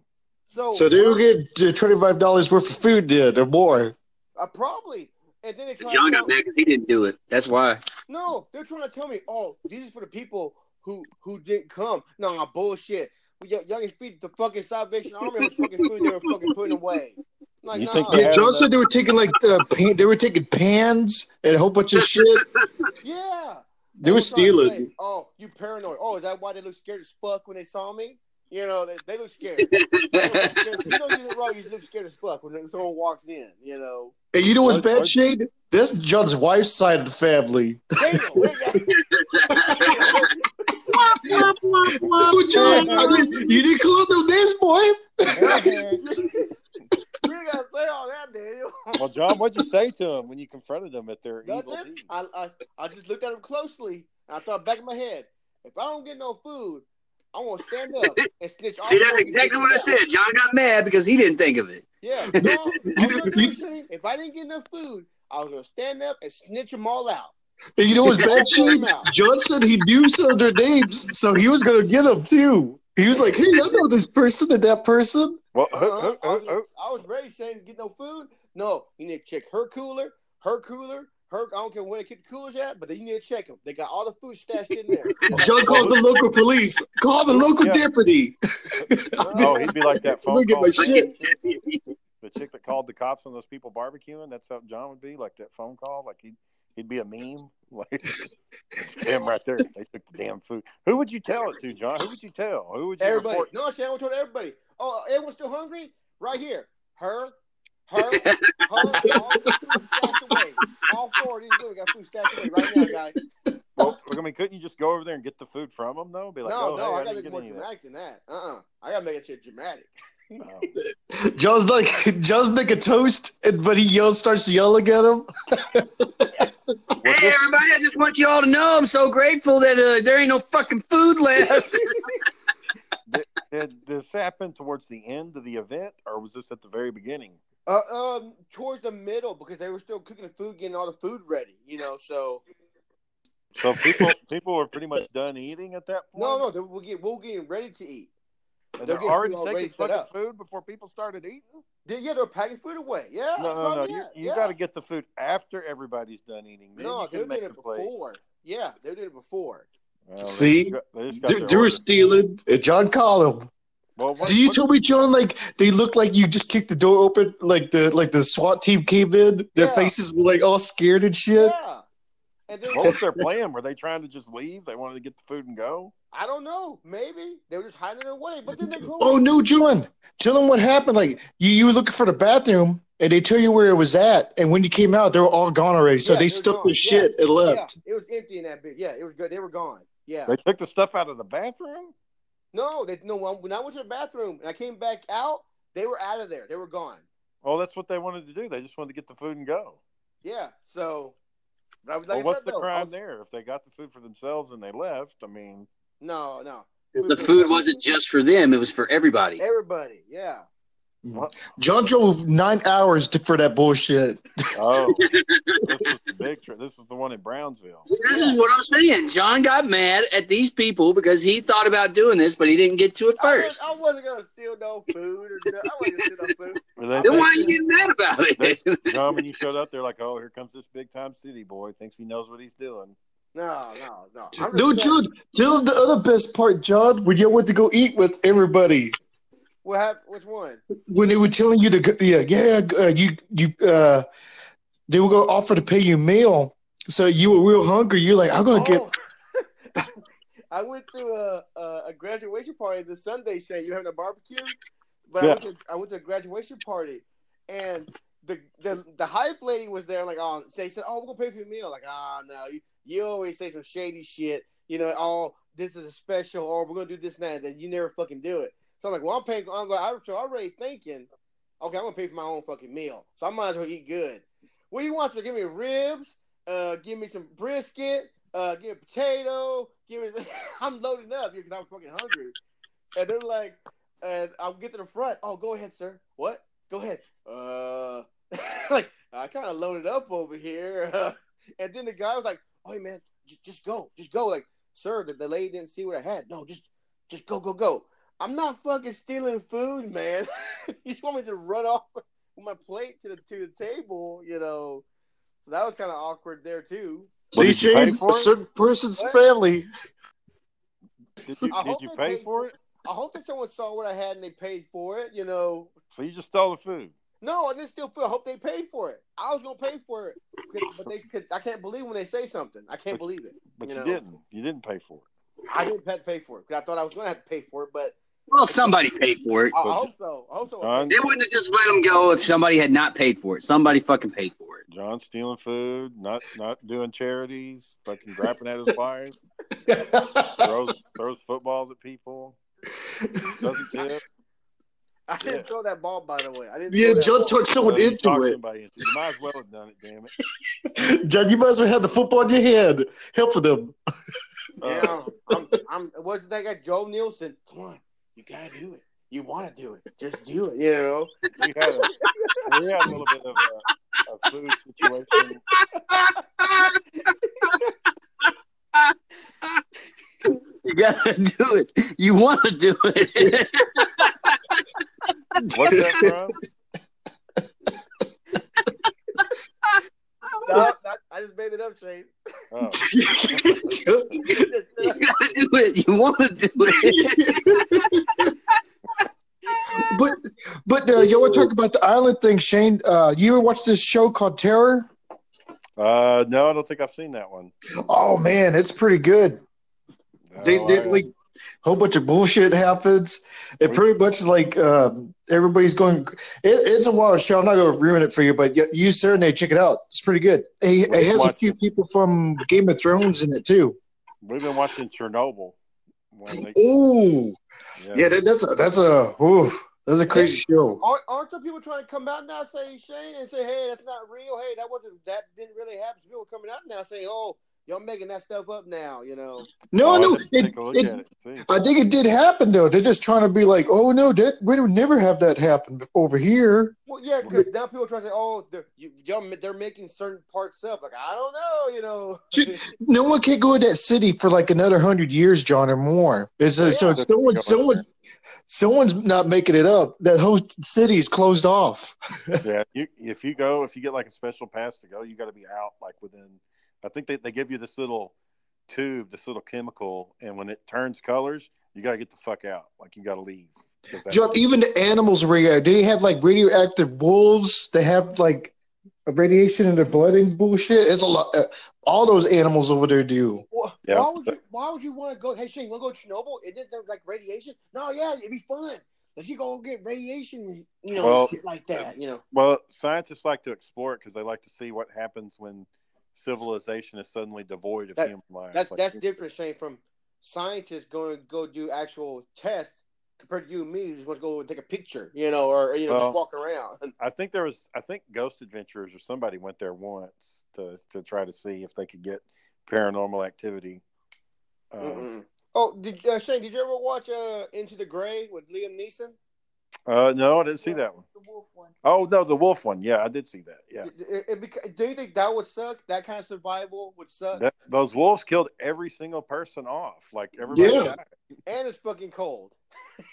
Speaker 2: So,
Speaker 5: So they would get twenty five dollars worth of food did or more.
Speaker 2: uh, probably. And then they try
Speaker 3: John
Speaker 2: to
Speaker 3: got
Speaker 2: tell,
Speaker 3: mad because he didn't do it. That's why.
Speaker 2: No, they're trying to tell me, oh, these are for the people who who didn't come. No, nah, bullshit. We y- young and feed the fucking Salvation Army was fucking food they were fucking putting away. I'm Like,
Speaker 4: You
Speaker 2: nah,
Speaker 4: think they
Speaker 5: Yeah,
Speaker 4: had
Speaker 5: John said
Speaker 4: enough-
Speaker 5: they were taking like uh, pan- they were taking pans and a whole bunch of shit.
Speaker 2: yeah.
Speaker 5: They were
Speaker 2: were trying to
Speaker 5: stealing.
Speaker 2: say, oh, you paranoid. Oh, is that why they look scared as fuck when they saw me? You know, they, they look scared. you don't do it wrong. You look scared as fuck when someone walks in. You know,
Speaker 5: And you know what's
Speaker 4: What-
Speaker 5: bad,
Speaker 4: what-
Speaker 5: Shade? That's John's wife's side of the family.
Speaker 2: Damn, wait,
Speaker 5: Oh, John, I didn't, you didn't call out no names, boy.
Speaker 2: we ain't gotta say all that, Daniel.
Speaker 4: well, John, what'd you say to them when you confronted them at their evil
Speaker 2: Nothing.
Speaker 4: deed?
Speaker 2: I, I I just looked at him closely, and I thought back in my head, if I don't get no food, I'm gonna stand up and snitch. all
Speaker 3: See,
Speaker 2: the
Speaker 3: that's
Speaker 2: fucking
Speaker 3: exactly what
Speaker 2: bitches
Speaker 3: I
Speaker 2: out.
Speaker 3: said. John got mad because he didn't think of it.
Speaker 2: Yeah, no, I'm
Speaker 5: You-
Speaker 2: gonna do
Speaker 5: you-
Speaker 2: something. If I didn't get enough food, I was gonna stand up and snitch them all out.
Speaker 5: And you know what's bad,
Speaker 2: Pull
Speaker 5: Shade?
Speaker 2: 'em out.
Speaker 5: John said he knew some of their names, so he was gonna get them too. He was like, "Hey, I know this person and that person."
Speaker 4: Well, who,
Speaker 2: Uh-huh.
Speaker 4: who,
Speaker 2: I,
Speaker 4: who,
Speaker 2: was,
Speaker 4: who,
Speaker 2: I was ready, Shane. Get no food. No, you need to check her cooler, her cooler, her. I don't care where they keep the coolers at, but you need to check them. They got all the food stashed in there.
Speaker 5: John calls the local police. Call the local
Speaker 4: Yeah.
Speaker 5: deputy.
Speaker 4: oh, he'd be like that
Speaker 5: Let me
Speaker 4: phone
Speaker 5: get
Speaker 4: call.
Speaker 5: my shit.
Speaker 4: The chick that called the cops on those people barbecuing. That's how John would be, like that phone call. Like he'd, he'd be a meme. Like, damn right there. They took the damn food. Who would you tell it to, John? Who would you tell? Who would you
Speaker 2: Everybody.
Speaker 4: report?
Speaker 2: No, Shane, I told everybody. Oh, everyone's still hungry? Right here. Her, her, her. All the food stashed away. All four of these dudes got food stashed away right now, guys.
Speaker 4: Well, I mean, couldn't you just go over there and get the food from them though? Be like,
Speaker 2: no,
Speaker 4: oh,
Speaker 2: no,
Speaker 4: hey,
Speaker 2: I
Speaker 4: I
Speaker 2: gotta
Speaker 4: didn't
Speaker 2: make it
Speaker 4: get
Speaker 2: more
Speaker 4: any of that.
Speaker 2: dramatic than that. Uh uh I gotta make it shit dramatic.
Speaker 4: No.
Speaker 5: John's like, John's like a toast, and but he yells, starts yelling at him.
Speaker 4: Oh.
Speaker 3: Hey, everybody, I just want you all to know I'm so grateful that uh, there ain't no fucking food left.
Speaker 4: Did this happen towards the end of the event, or was this at the very beginning?
Speaker 2: Uh, um, towards the middle because they were still cooking the food, getting all the food ready, you know. So
Speaker 4: So people people were pretty much done eating at that point.
Speaker 2: no, no, they we're getting, we're getting ready to eat.
Speaker 4: And
Speaker 2: they're
Speaker 4: they're,
Speaker 2: getting
Speaker 4: already
Speaker 2: food
Speaker 4: taking
Speaker 2: already set
Speaker 4: fucking
Speaker 2: up.
Speaker 4: food before people started eating.
Speaker 2: They, yeah, they're packing food away. Yeah,
Speaker 4: No, no, no.
Speaker 2: probably,
Speaker 4: You,
Speaker 2: yeah,
Speaker 4: you
Speaker 2: yeah.
Speaker 4: got to get the food after everybody's done eating. Then
Speaker 2: No,
Speaker 4: you
Speaker 2: they did
Speaker 4: can make the
Speaker 2: it
Speaker 4: plate.
Speaker 2: before. Yeah, they did it before.
Speaker 4: Well, they
Speaker 5: See?
Speaker 4: just got- they just got
Speaker 5: They,
Speaker 4: their
Speaker 5: they were
Speaker 4: order.
Speaker 5: stealing, and John called him.
Speaker 4: Well, what,
Speaker 5: Do you
Speaker 4: what-
Speaker 5: tell me, John? Like they look like you just kicked the door open, like the like the SWAT team came in. Their
Speaker 2: Yeah.
Speaker 5: faces were like all scared and shit.
Speaker 2: Yeah, and then
Speaker 4: what was their plan? Were they trying to just leave? They wanted to get the food and go.
Speaker 2: I don't know. Maybe they were just hiding it away. But then they told
Speaker 5: Oh
Speaker 2: me,
Speaker 5: no, John! Tell them what happened. Like you, you were looking for the bathroom, and they tell you where it was at. And when you came out, they were all gone already. So
Speaker 2: Yeah,
Speaker 5: they
Speaker 2: they were
Speaker 5: stuffed
Speaker 2: gone.
Speaker 5: their
Speaker 2: Yeah.
Speaker 5: shit and
Speaker 2: yeah,
Speaker 5: left.
Speaker 2: it was empty in that bit. Yeah, it was good. They were gone. Yeah.
Speaker 4: They took the stuff out of the bathroom.
Speaker 2: No, they no. When when I went to the bathroom and I came back out, they were out of there. They were gone.
Speaker 4: Oh, that's what they wanted to do. They just wanted to get the food and go.
Speaker 2: Yeah. So, but I was- like I
Speaker 4: well, what's
Speaker 2: said,
Speaker 4: the
Speaker 2: though, I
Speaker 4: crime
Speaker 2: was-
Speaker 4: there? If they got the food for themselves and they left, I mean,
Speaker 2: No, no.
Speaker 3: the food wasn't just for them; it was for everybody.
Speaker 2: Everybody. Yeah.
Speaker 5: John drove nine hours to, for that bullshit.
Speaker 4: oh, this was the big trip. This was the one in Brownsville.
Speaker 3: See, This is what I'm saying. John got mad at these people because he thought about doing this, but he didn't get to it
Speaker 2: I,
Speaker 3: first.
Speaker 2: was, I wasn't gonna steal no food or no, I wasn't gonna steal no food.
Speaker 4: Were they-
Speaker 3: Then why are you getting mad about it?
Speaker 4: John, when you showed up, they're like, "Oh, here comes this big time city boy. Thinks he knows what he's doing."
Speaker 2: No, no, no. I'm just
Speaker 5: No,
Speaker 2: saying-
Speaker 5: John. Tell them the other best part, John. When you went to go eat with everybody,
Speaker 2: What happened? Which one?
Speaker 5: when they were telling you to go, yeah, yeah, uh, you you uh, they were gonna offer to pay you meal. So you were real hungry. You're like, I'm gonna get
Speaker 2: Oh. I went to a, a, a graduation party this Sunday, Shane. You having a barbecue? But I,
Speaker 4: Yeah.
Speaker 2: went to, I went to a graduation party, and the the, the hype lady was there. Like, oh, they said, oh, we're gonna pay for your meal. Like, ah, no, you, you always say some shady shit. You know, oh, this is a special, or we're gonna do this and that. And then you never fucking do it. So I'm like, well, I'm paying. I'm like, I'm so already thinking, okay, I'm gonna pay for my own fucking meal, so I might as well eat good. What do you want? So give me ribs uh, give me some brisket, uh, give me a potato, give me. I'm loading up because I'm fucking hungry. And they're like, and I'll get to the front. Oh, go ahead, sir. What? Go ahead. Uh, like I kind of loaded up over here. and then the guy was like, "Oh, hey, man, just, just go, just go." Like, sir, the, the lady didn't see what I had. No, just, just go, go, go. I'm not fucking stealing food, man. you just want me to run off with my plate to the to the table, you know? So that was kind of awkward there too.
Speaker 4: Well,
Speaker 5: Lee
Speaker 4: Oh. did you pay
Speaker 5: Shane,
Speaker 4: for
Speaker 5: a
Speaker 4: it?
Speaker 5: certain person's
Speaker 2: What?
Speaker 5: family.
Speaker 4: Did you,
Speaker 2: I
Speaker 4: did
Speaker 2: hope
Speaker 4: you
Speaker 2: they
Speaker 4: pay
Speaker 2: paid
Speaker 4: for
Speaker 2: for
Speaker 4: it?
Speaker 2: I hope that someone saw what I had and they paid for it, you know.
Speaker 4: So you just stole the food.
Speaker 2: No, I didn't still feel. I hope they paid for it. I was gonna pay for it, 'Cause- but they. Cause I can't believe when they say something. I can't
Speaker 4: But-
Speaker 2: believe it.
Speaker 4: But
Speaker 2: You
Speaker 4: you,
Speaker 2: know.
Speaker 4: didn't. You didn't pay for it.
Speaker 2: I didn't have to pay for it because I thought I was gonna have to pay for it, but
Speaker 3: Well, somebody paid for it.
Speaker 2: I, I
Speaker 4: But-
Speaker 2: hope so. I hope so.
Speaker 4: John-
Speaker 3: They wouldn't have just let him go if somebody had not paid for it. Somebody fucking paid for it.
Speaker 4: John stealing food, not not doing charities, fucking grabbing at his wife, throws throws footballs at people, doesn't tip.
Speaker 2: I didn't
Speaker 4: Yeah.
Speaker 2: throw that ball, by the way. I didn't.
Speaker 5: yeah,
Speaker 2: throw that
Speaker 5: John
Speaker 2: ball.
Speaker 5: talked someone
Speaker 4: doesn't talk
Speaker 5: into it.
Speaker 4: somebody into it. You might as well have done it, damn it.
Speaker 5: John, you might as well have the football in your hand, helping them.
Speaker 4: Uh,
Speaker 2: Yeah, I'm. I'm. What's that guy? Joe Nielsen. Come on, you gotta do it. You want to do it? Just do it. You know.
Speaker 4: we had a, we had a little bit of a, a food situation.
Speaker 3: You gotta do it. You want to do it.
Speaker 4: What's that from?
Speaker 2: No, not- I just made it up, Shane.
Speaker 4: Oh,
Speaker 5: you gotta
Speaker 3: you gotta do it. You want to do it.
Speaker 5: but but uh, you want to talk about the island thing, Shane? Uh, you ever watch this show called Terror?
Speaker 4: uh, no, I don't think I've seen that one.
Speaker 5: Oh man, it's pretty good.
Speaker 4: No,
Speaker 5: they
Speaker 4: I-
Speaker 5: did like whole bunch of bullshit happens. It pretty much like um, everybody's going. It, it's a wild show. I'm not going to ruin it for you, but you, you Saturday, check it out. It's pretty good. It,
Speaker 4: We've
Speaker 5: it has a
Speaker 4: watched
Speaker 5: few
Speaker 4: it.
Speaker 5: people from Game of Thrones in it too.
Speaker 4: we've been watching Chernobyl. When they,
Speaker 5: Oh, yeah, that, that's a, that's a oof, that's a crazy show.
Speaker 2: Aren't, aren't some people trying to come out now saying Shane and say, hey, that's not real. Hey, that wasn't that didn't really happen. People coming out now saying, oh, y'all making that stuff up now. You know.
Speaker 5: No,
Speaker 4: I'll
Speaker 5: oh, no,
Speaker 4: have to
Speaker 5: it,
Speaker 4: take a look
Speaker 5: it-
Speaker 4: at it. See.
Speaker 5: I think it did happen though. They're just trying to be like, oh no, that we would never have that happen over here.
Speaker 2: Well, yeah, because now people try to say, oh, they're, you, y'all, ma- they're making certain parts up. Like I don't know, you know.
Speaker 5: Shit. No one can go to that city for like another hundred years, John, or more. It's a, so
Speaker 2: Yeah.
Speaker 5: someone, someone, someone's not making it up. That whole city is closed off.
Speaker 4: Yeah, you, if you go, if you get like a special pass to go, you got to be out like within. I think they, they give you this little tube, this little chemical, and when it turns colors, you got to get the fuck out. Like you got to leave. 'Cause that-
Speaker 5: John, even the animals react. They have like radioactive wolves. They have like radiation in their blood and bullshit. It's a lot. Uh, all those animals over there do.
Speaker 2: Why,
Speaker 4: Yeah.
Speaker 2: why would you? Why would you want to go? Hey, Shane, want to go to Chernobyl? It didn't there, like radiation. No, yeah, it'd be fun. If you go get radiation, you know,
Speaker 4: Well,
Speaker 2: shit like that, you know.
Speaker 4: well, scientists like to explore it because they like to see what happens when civilization is suddenly devoid of
Speaker 2: That-
Speaker 4: human life.
Speaker 2: That's
Speaker 4: Like,
Speaker 2: that's different, Shane, from scientists going to go do actual tests compared to you and me who just want to go and take a picture, you know, or you know,
Speaker 4: Well- uh,
Speaker 2: just walk around.
Speaker 4: I think there was, I think Ghost Adventures or somebody went there once to to try to see if they could get paranormal activity. Um,
Speaker 2: Mm-mm. Oh, did uh, Shane? Did you ever watch uh, Into the Gray with Liam Neeson?
Speaker 4: uh, no, I didn't see that one.
Speaker 6: The wolf one.
Speaker 4: Oh no, the wolf one. Yeah, I did see that. Yeah,
Speaker 2: It, it, it beca- do you think that would suck? That kind of survival would suck,
Speaker 4: That- those wolves killed every single person off. Like everybody
Speaker 5: Yeah.
Speaker 4: died.
Speaker 2: and it's fucking cold.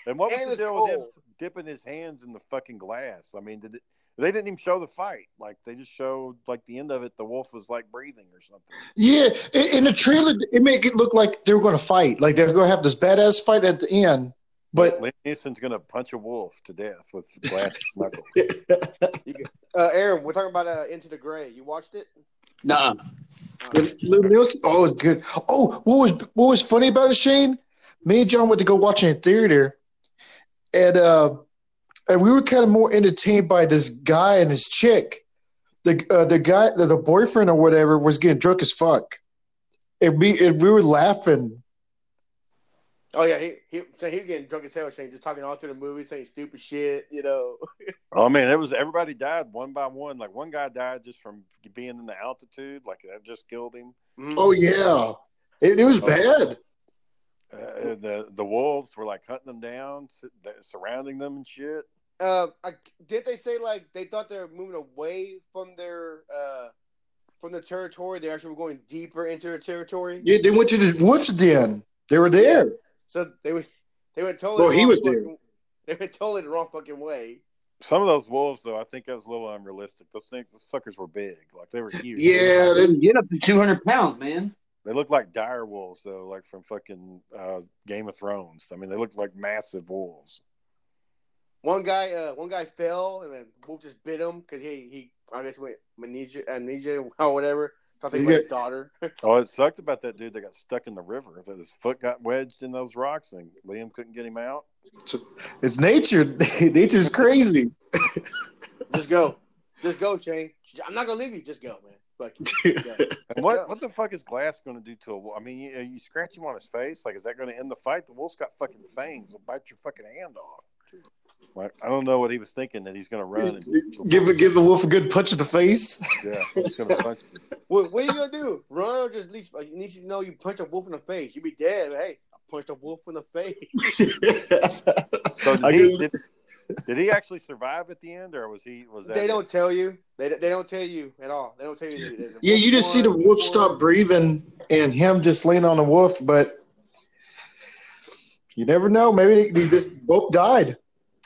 Speaker 4: And what was
Speaker 2: And
Speaker 4: the
Speaker 2: it's
Speaker 4: deal with him
Speaker 2: cold.
Speaker 4: dipping his hands in the fucking glass? I mean, did it, they didn't even show the fight. Like they just showed like the end of it. The wolf was like breathing or something.
Speaker 5: Yeah, in, in the trailer, it make it look like they were going to fight. Like they're going to have this badass fight at the end. But
Speaker 4: Liam Neeson's gonna punch a wolf to death with glass knuckles.
Speaker 2: Uh, Aaron, we're talking about uh, Into the Gray. You watched it?
Speaker 3: Nah.
Speaker 2: Okay.
Speaker 5: Lou Nielsen, oh, it's good. Oh, what was what was funny about it, Shane? Me and John went to go watch it in theater, and uh, and we were kind of more entertained by this guy and his chick. The uh, the guy, the, the boyfriend or whatever, was getting drunk as fuck, and we and we were laughing.
Speaker 2: Oh yeah, he he so he was getting drunk as hell, Shane, just talking all through the movie, saying stupid shit, you know.
Speaker 4: Oh man, it was everybody died one by one. Like one guy died just from being in the altitude, like that just killed him.
Speaker 2: Mm-hmm.
Speaker 5: Oh yeah, it, it was bad.
Speaker 4: Uh, and the the wolves were like hunting them down, sit- they're surrounding them and shit.
Speaker 2: Uh, I, did they say like they thought they were moving away from their uh from their territory? They actually were going deeper into their territory.
Speaker 5: Yeah, they went to the wolf's den. They were there.
Speaker 2: So they were they went totally.
Speaker 5: Well,
Speaker 2: the
Speaker 5: he
Speaker 2: wrong
Speaker 5: was there.
Speaker 2: fucking- They went totally the wrong fucking way.
Speaker 4: Some of those wolves, though, I think that was a little unrealistic. Those things, those fuckers were big, like they were huge.
Speaker 5: Yeah,
Speaker 3: They
Speaker 5: they-
Speaker 3: can get up to 200 pounds, man.
Speaker 4: they looked like dire wolves, though, like from fucking uh, Game of Thrones. I mean, they looked like massive wolves.
Speaker 2: One guy, uh, one guy fell, and then Wolf just bit him because he he I guess went amnesia, amnesia or whatever. Something about
Speaker 5: Yeah.
Speaker 2: his daughter.
Speaker 4: Oh, it sucked about that dude that got stuck in the river. That his foot got wedged in those rocks, and Liam couldn't get him out.
Speaker 5: it's nature. Nature's crazy.
Speaker 2: just go, just go, Shane. I'm not gonna leave you. Just go, man. Fuck you. Just go.
Speaker 4: And What what the fuck is Glass going to do to a wolf? I mean, you, you scratch him on his face. Like, is that going to end the fight? The wolf's got fucking fangs. He'll bite your fucking hand off. Like, I don't know what he was thinking that he's going to run. And,
Speaker 5: Give give the wolf a good punch in the face.
Speaker 4: Yeah, he's going to punch him.
Speaker 2: What, what are you gonna do? Run or just at least you need to know you punched a wolf in the face. You'd be dead. Hey, I punched a wolf in the face.
Speaker 4: So
Speaker 5: I
Speaker 4: did, he,
Speaker 5: guess-
Speaker 4: did, did he actually survive at the end, or was he was that?
Speaker 2: they
Speaker 4: it?
Speaker 2: don't tell you. They they don't tell you at all. They don't tell you. that- that the
Speaker 5: yeah,
Speaker 2: wolf
Speaker 5: you just see the
Speaker 2: won,
Speaker 5: wolf
Speaker 2: won.
Speaker 5: stop breathing and him just laying on the wolf, but you never know. Maybe they, they- this wolf died.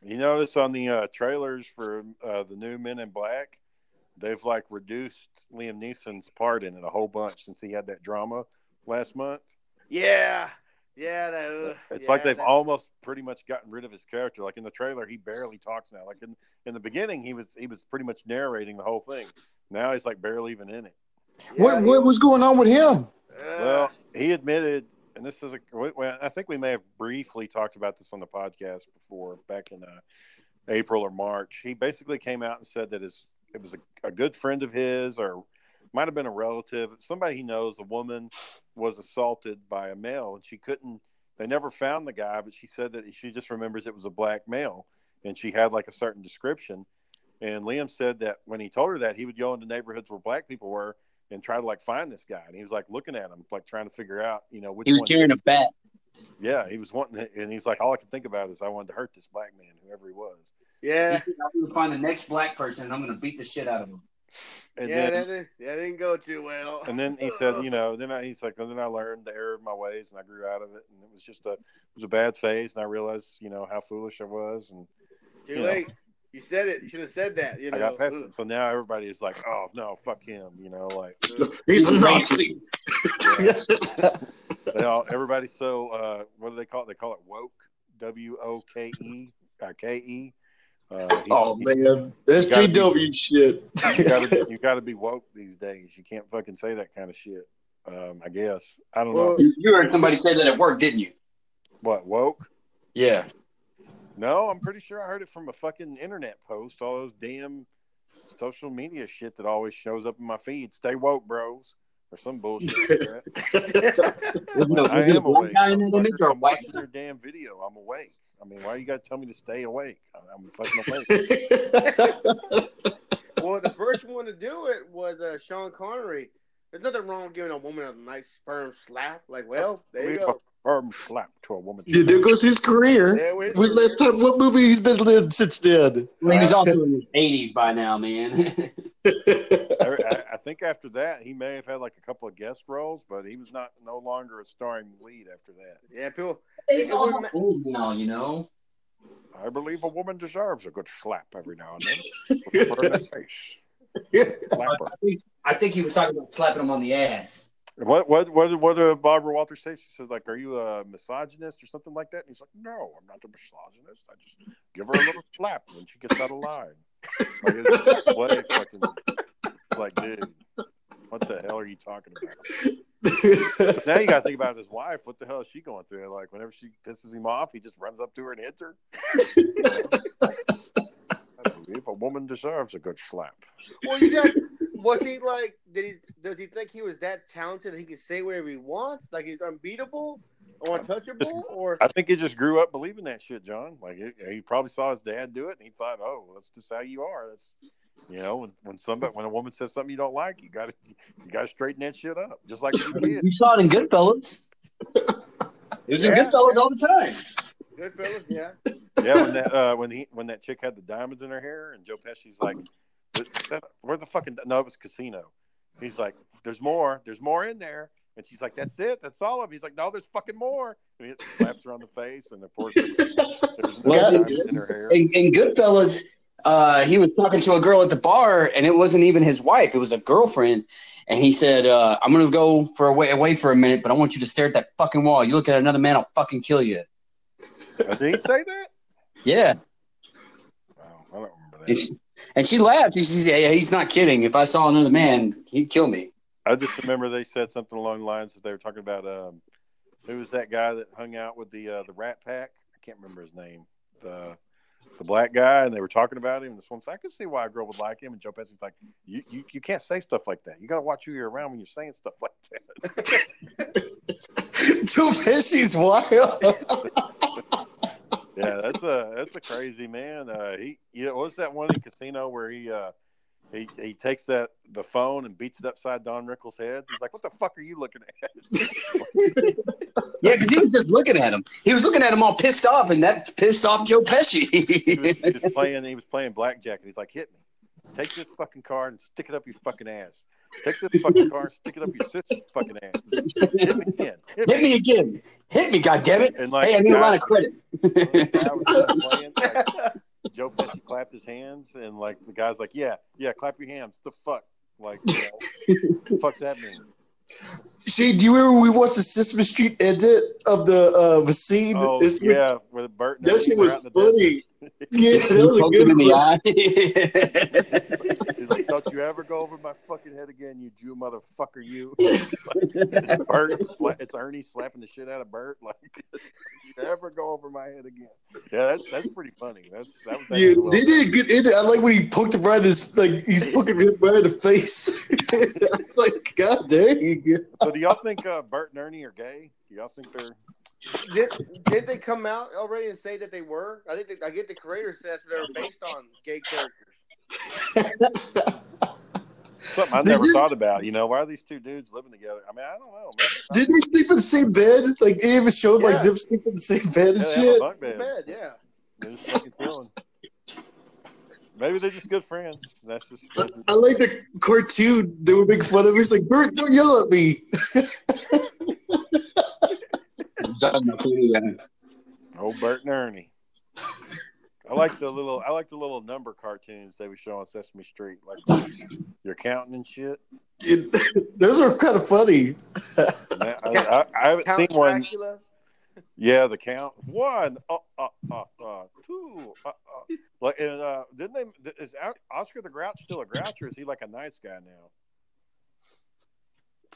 Speaker 4: You notice on the uh, trailers for uh, the new Men in Black, they've like reduced Liam Neeson's part in it a whole bunch since he had that drama last month.
Speaker 2: Yeah, yeah. That, uh,
Speaker 4: It's
Speaker 2: yeah,
Speaker 4: like they've
Speaker 2: that-
Speaker 4: almost pretty much gotten rid of his character. Like in the trailer, he barely talks now. Like in in the beginning, he was he was pretty much narrating the whole thing. Now he's like barely even in it.
Speaker 2: yeah,
Speaker 5: what what was going on with him?
Speaker 2: uh,
Speaker 4: Well, he admitted, and this is a. we- we- I think we may have briefly talked about this on the podcast before, back in uh, April or March. He basically came out and said that his it was a, a good friend of his, or might have been a relative, somebody he knows. A woman was assaulted by a male, and she couldn't. They never found the guy, but she said that she just remembers it was a black male, and she had like a certain description. And Liam said that when he told her that, he would go into neighborhoods where black people were and try to like find this guy. And he was like looking at him, like trying to figure out, you know, which
Speaker 3: He was
Speaker 4: one-
Speaker 3: carrying a bat.
Speaker 4: Yeah, he was wanting, to, and he's like, all I could think about is I wanted to hurt this black man, whoever he was.
Speaker 3: He
Speaker 2: yeah,
Speaker 3: said, I'm gonna find the next black person and I'm gonna beat the shit out of him.
Speaker 4: And
Speaker 2: yeah.
Speaker 4: then,
Speaker 2: that, didn't, that didn't go too well.
Speaker 4: and then he said, you know, then I, he's like, and then I learned the error of my ways, and I grew out of it, and it was just a, it was a bad phase, and I realized, you know, how foolish I was, and
Speaker 2: too
Speaker 4: you know.
Speaker 2: late. You said it. You should have said that. You know.
Speaker 4: I got past it. So now everybody is like, oh no, fuck him, you know, like
Speaker 5: He's a Nazi.
Speaker 4: they all, everybody's so, uh, what do they call it? They call it woke, W O K E, uh, K E. Uh, he-
Speaker 5: Oh
Speaker 4: he-
Speaker 5: man, that's
Speaker 4: You gotta be-
Speaker 5: GW shit.
Speaker 4: you gotta be, you gotta be woke these days. You can't fucking say that kind of shit. Um, I guess I don't know
Speaker 2: Well,
Speaker 3: You heard somebody say that at work, didn't you?
Speaker 4: what woke.
Speaker 5: yeah,
Speaker 4: No, I'm pretty sure I heard it from a fucking internet post. All those damn social media shit that always shows up in my feed. Stay woke, bros, or some bullshit. Like that.
Speaker 3: Wasn't
Speaker 4: Like,
Speaker 3: there-
Speaker 4: I
Speaker 3: was there
Speaker 4: am
Speaker 3: one
Speaker 4: awake.
Speaker 3: guy in that image or a
Speaker 4: I'm
Speaker 3: white
Speaker 4: watching
Speaker 3: guy?
Speaker 4: your damn video. I'm awake. I mean, why you gotta tell me to stay awake? I- I'm fucking awake.
Speaker 2: well, the first one to do it was uh, Sean Connery. There's nothing wrong with giving a woman a nice firm slap. Like, well, there you
Speaker 4: Leave a
Speaker 2: go.
Speaker 4: firm slap to a woman.
Speaker 5: yeah, there goes his career.
Speaker 2: There it is.
Speaker 5: Was last time what movie he's been in since then?
Speaker 3: Well, he was also in his 80s by now, man.
Speaker 4: I, I- I think after that, he may have had like a couple of guest roles, but he was not no longer a starring lead after that.
Speaker 2: Yeah, people.
Speaker 3: He's also old now, you know.
Speaker 4: I believe a woman deserves a good slap every now and then. Slap her in the face. Slap her.
Speaker 3: I think, I think he was talking about slapping him on the ass.
Speaker 4: What what what what did Barbara Walters say? She says like, "Are you a misogynist or something like that?" And he's like, "No, I'm not a misogynist. I just give her a little slap when she gets out of line." Like, it's just way fucking, it's like, dude, what the hell are you talking about? Now you got to think about his wife. What the hell is she going through? Like whenever she pisses him off, he just runs up to her and hits her. I believe a woman deserves a good slap.
Speaker 2: Well, you got. Was he like? Did he? Does he think he was that talented? That he could say whatever he wants? Like he's unbeatable? untouchable or
Speaker 4: I think he just grew up believing that shit, John. Like it, he probably saw his dad do it, and he thought, "Oh, well, that's just how you are." That's you know, when when somebody when a woman says something you don't like, you got to you got to straighten that shit up, just like you did.
Speaker 3: You saw it in Goodfellas. It was in
Speaker 2: Yeah.
Speaker 3: Goodfellas all the time.
Speaker 2: Goodfellas? Yeah,
Speaker 4: Yeah, when that uh, when he when that chick had the diamonds in her hair, and Joe Pesci's like, "That- "Where the fucking di-" no, it was Casino." He's like, "There's more. There's more in there." And she's like, "That's it. That's all of." it. He's like, "No, there's fucking more." And he slaps her on the face, and of course, there's no
Speaker 3: Well,
Speaker 4: diamonds in her hair.
Speaker 3: In, in Goodfellas, uh, he was talking to a girl at the bar, and it wasn't even his wife; it was a girlfriend. And he said, uh, "I'm gonna go for away, away for a minute, but I want you to stare at that fucking wall. You look at another man, I'll fucking kill you."
Speaker 4: Did he say that?
Speaker 3: Yeah,
Speaker 4: Wow, I don't remember
Speaker 3: and
Speaker 4: that.
Speaker 3: she, and she laughed. She said, "Yeah, he's not kidding. If I saw another man, he'd kill me."
Speaker 4: I just remember they said something along the lines that they were talking about. Um, who was that guy that hung out with the uh, the Rat Pack? I can't remember his name. The the black guy, and they were talking about him. And this one's, I could see why a girl would like him. And Joe Pesci's like, you, you you can't say stuff like that. You got to watch who you're around when you're saying stuff like that.
Speaker 5: Joe Pesci's wild.
Speaker 4: yeah, that's a that's a crazy man. Uh, he you know, what was that one in Casino where he uh, he he takes that the phone and beats it upside Don Rickles' head. He's like, what the fuck are you looking at?
Speaker 3: Yeah, because he was just looking at him. He was looking at him all pissed off, and that pissed off Joe
Speaker 4: he was
Speaker 3: Pesci.
Speaker 4: just playing. He was playing blackjack, and he's like, "Hit me! Take this fucking card and stick it up your fucking ass. Take this fucking card and stick it up your sister's fucking ass. Hit me again. Hit
Speaker 3: Hit
Speaker 4: me!"
Speaker 3: me again. Hit me, goddammit.
Speaker 4: And like,
Speaker 3: hey, I need a
Speaker 4: guy-
Speaker 3: lot of credit.
Speaker 4: guy was playing, like, Joe Pesci clapped his hands, and like the guy's like, "Yeah, yeah, clap your hands. The fuck." Like, you know, the fuck's that mean?
Speaker 5: See, do you remember we watched the Sesame Street edit of the uh, the scene?
Speaker 4: Oh
Speaker 5: It's-
Speaker 4: yeah, with Bert. and
Speaker 5: that
Speaker 4: everything, they're
Speaker 5: shit was
Speaker 4: out in the
Speaker 5: funny. Yeah, that
Speaker 3: You
Speaker 5: was a
Speaker 3: poked
Speaker 5: good
Speaker 3: him in the
Speaker 5: one.
Speaker 3: eye.
Speaker 4: desert. He's like, "Don't you ever go over my fucking head again, you Jew motherfucker, you." Bert, sla- it's Ernie slapping the shit out of Bert. Like, "Don't you ever go over my head again? Yeah, that's that's pretty funny. That's that was
Speaker 5: Yeah,
Speaker 4: actually well
Speaker 5: they
Speaker 4: done.
Speaker 5: did a good edit. I like when he poked him right in his like he's poking him right in the face. like, god dang.
Speaker 4: So, do y'all think uh, Bert and Ernie are gay? Do y'all think they're?
Speaker 2: did did they come out already and say that they were? I think they, I get the creator says they were based on gay characters.
Speaker 4: Something I
Speaker 5: They
Speaker 4: never
Speaker 5: just-
Speaker 4: thought about. You know, why are these two dudes living together? I mean, I don't know. Maybe it's not-
Speaker 5: Didn't they sleep in the same bed? Like they even showed
Speaker 2: Yeah.
Speaker 5: like them sleeping in the same bed and
Speaker 4: yeah, they have a
Speaker 5: shit.
Speaker 4: bunk
Speaker 2: It's
Speaker 4: bed.
Speaker 2: bad, yeah.
Speaker 4: They're just fucking chilling. Maybe they're just good friends. That's just. That's
Speaker 5: I like the cartoon they were making fun of. He's like, Bert, don't yell at me.
Speaker 4: Oh, Bert and Ernie. I like the little I like the little number cartoons they would show on Sesame Street, like you're counting and shit.
Speaker 5: Those are kind of funny.
Speaker 4: And that- I, I, I haven't
Speaker 2: Count
Speaker 4: seen one.
Speaker 2: Dracula.
Speaker 4: Yeah, the count one, uh, uh, uh, uh, two, uh, uh. Like, and, uh, didn't they? Is Oscar the Grouch still a Grouch, or is he like a nice guy now?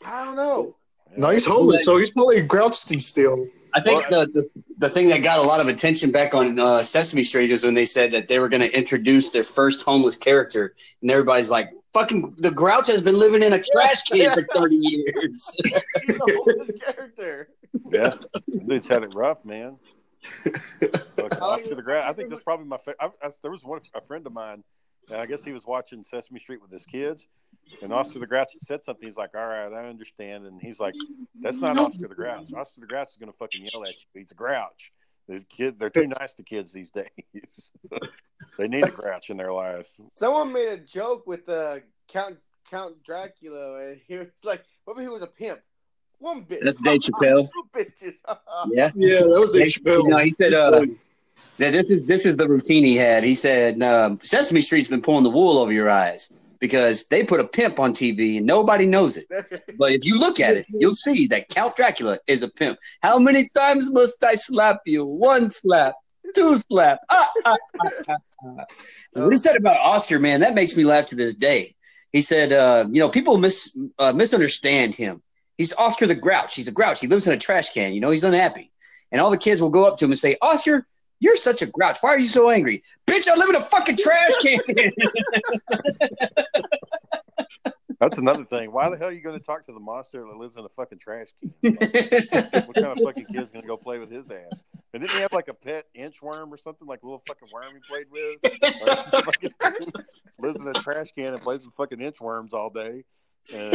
Speaker 2: I don't know.
Speaker 5: No, he's homeless, so he's probably grouched still.
Speaker 3: I think the, the the thing that got a lot of attention back on uh, Sesame Street is when they said that they were going to introduce their first homeless character, and everybody's like, "Fucking the Grouch has been living in a trash can for thirty years."
Speaker 2: He's a homeless character.
Speaker 4: Yeah, dude's had it rough, man. Fucking
Speaker 2: I like
Speaker 4: Oscar
Speaker 2: it.
Speaker 4: the Grouch. I think that's probably my favorite. There was one a friend of mine, and I guess he was watching Sesame Street with his kids, and Oscar the Grouch had said something. He's like, "All right, I understand," and he's like, "That's not Oscar the Grouch. Oscar the Grouch is going to fucking yell at you. He's a grouch. The kids, they're too nice to kids these days. they need a grouch in their life."
Speaker 2: Someone made a joke with uh, Count Count Dracula, and he was like, "What if he was a pimp?" One bitch.
Speaker 3: That's Dave Chappelle.
Speaker 2: Two bitches.
Speaker 3: Yeah.
Speaker 5: Yeah, that was Dave Chappelle.
Speaker 3: No, he said, uh, Yeah, this is this is the routine he had. He said, um, "Sesame Street's been pulling the wool over your eyes because they put a pimp on TV and nobody knows it. But if you look at it, you'll see that Count Dracula is a pimp. How many times must I slap you? One slap, two slap. Ah, ah, ah, ah, ah. What he said about Oscar, man, that makes me laugh to this day. He said, uh, "You know, people mis- uh, misunderstand him. He's Oscar the Grouch. He's a grouch. He lives in a trash can. You know, he's unhappy." And all the kids will go up to him and say, Oscar, you're such a grouch. Why are you so angry? Bitch, I live in a fucking trash can.
Speaker 4: That's another thing. Why the hell are you going to talk to the monster that lives in a fucking trash can? Like, what kind of fucking kid's going to go play with his ass? And didn't he have like a pet inchworm or something, like a little fucking worm he played with? Like, fucking lives in a trash can and plays with fucking inchworms all day. And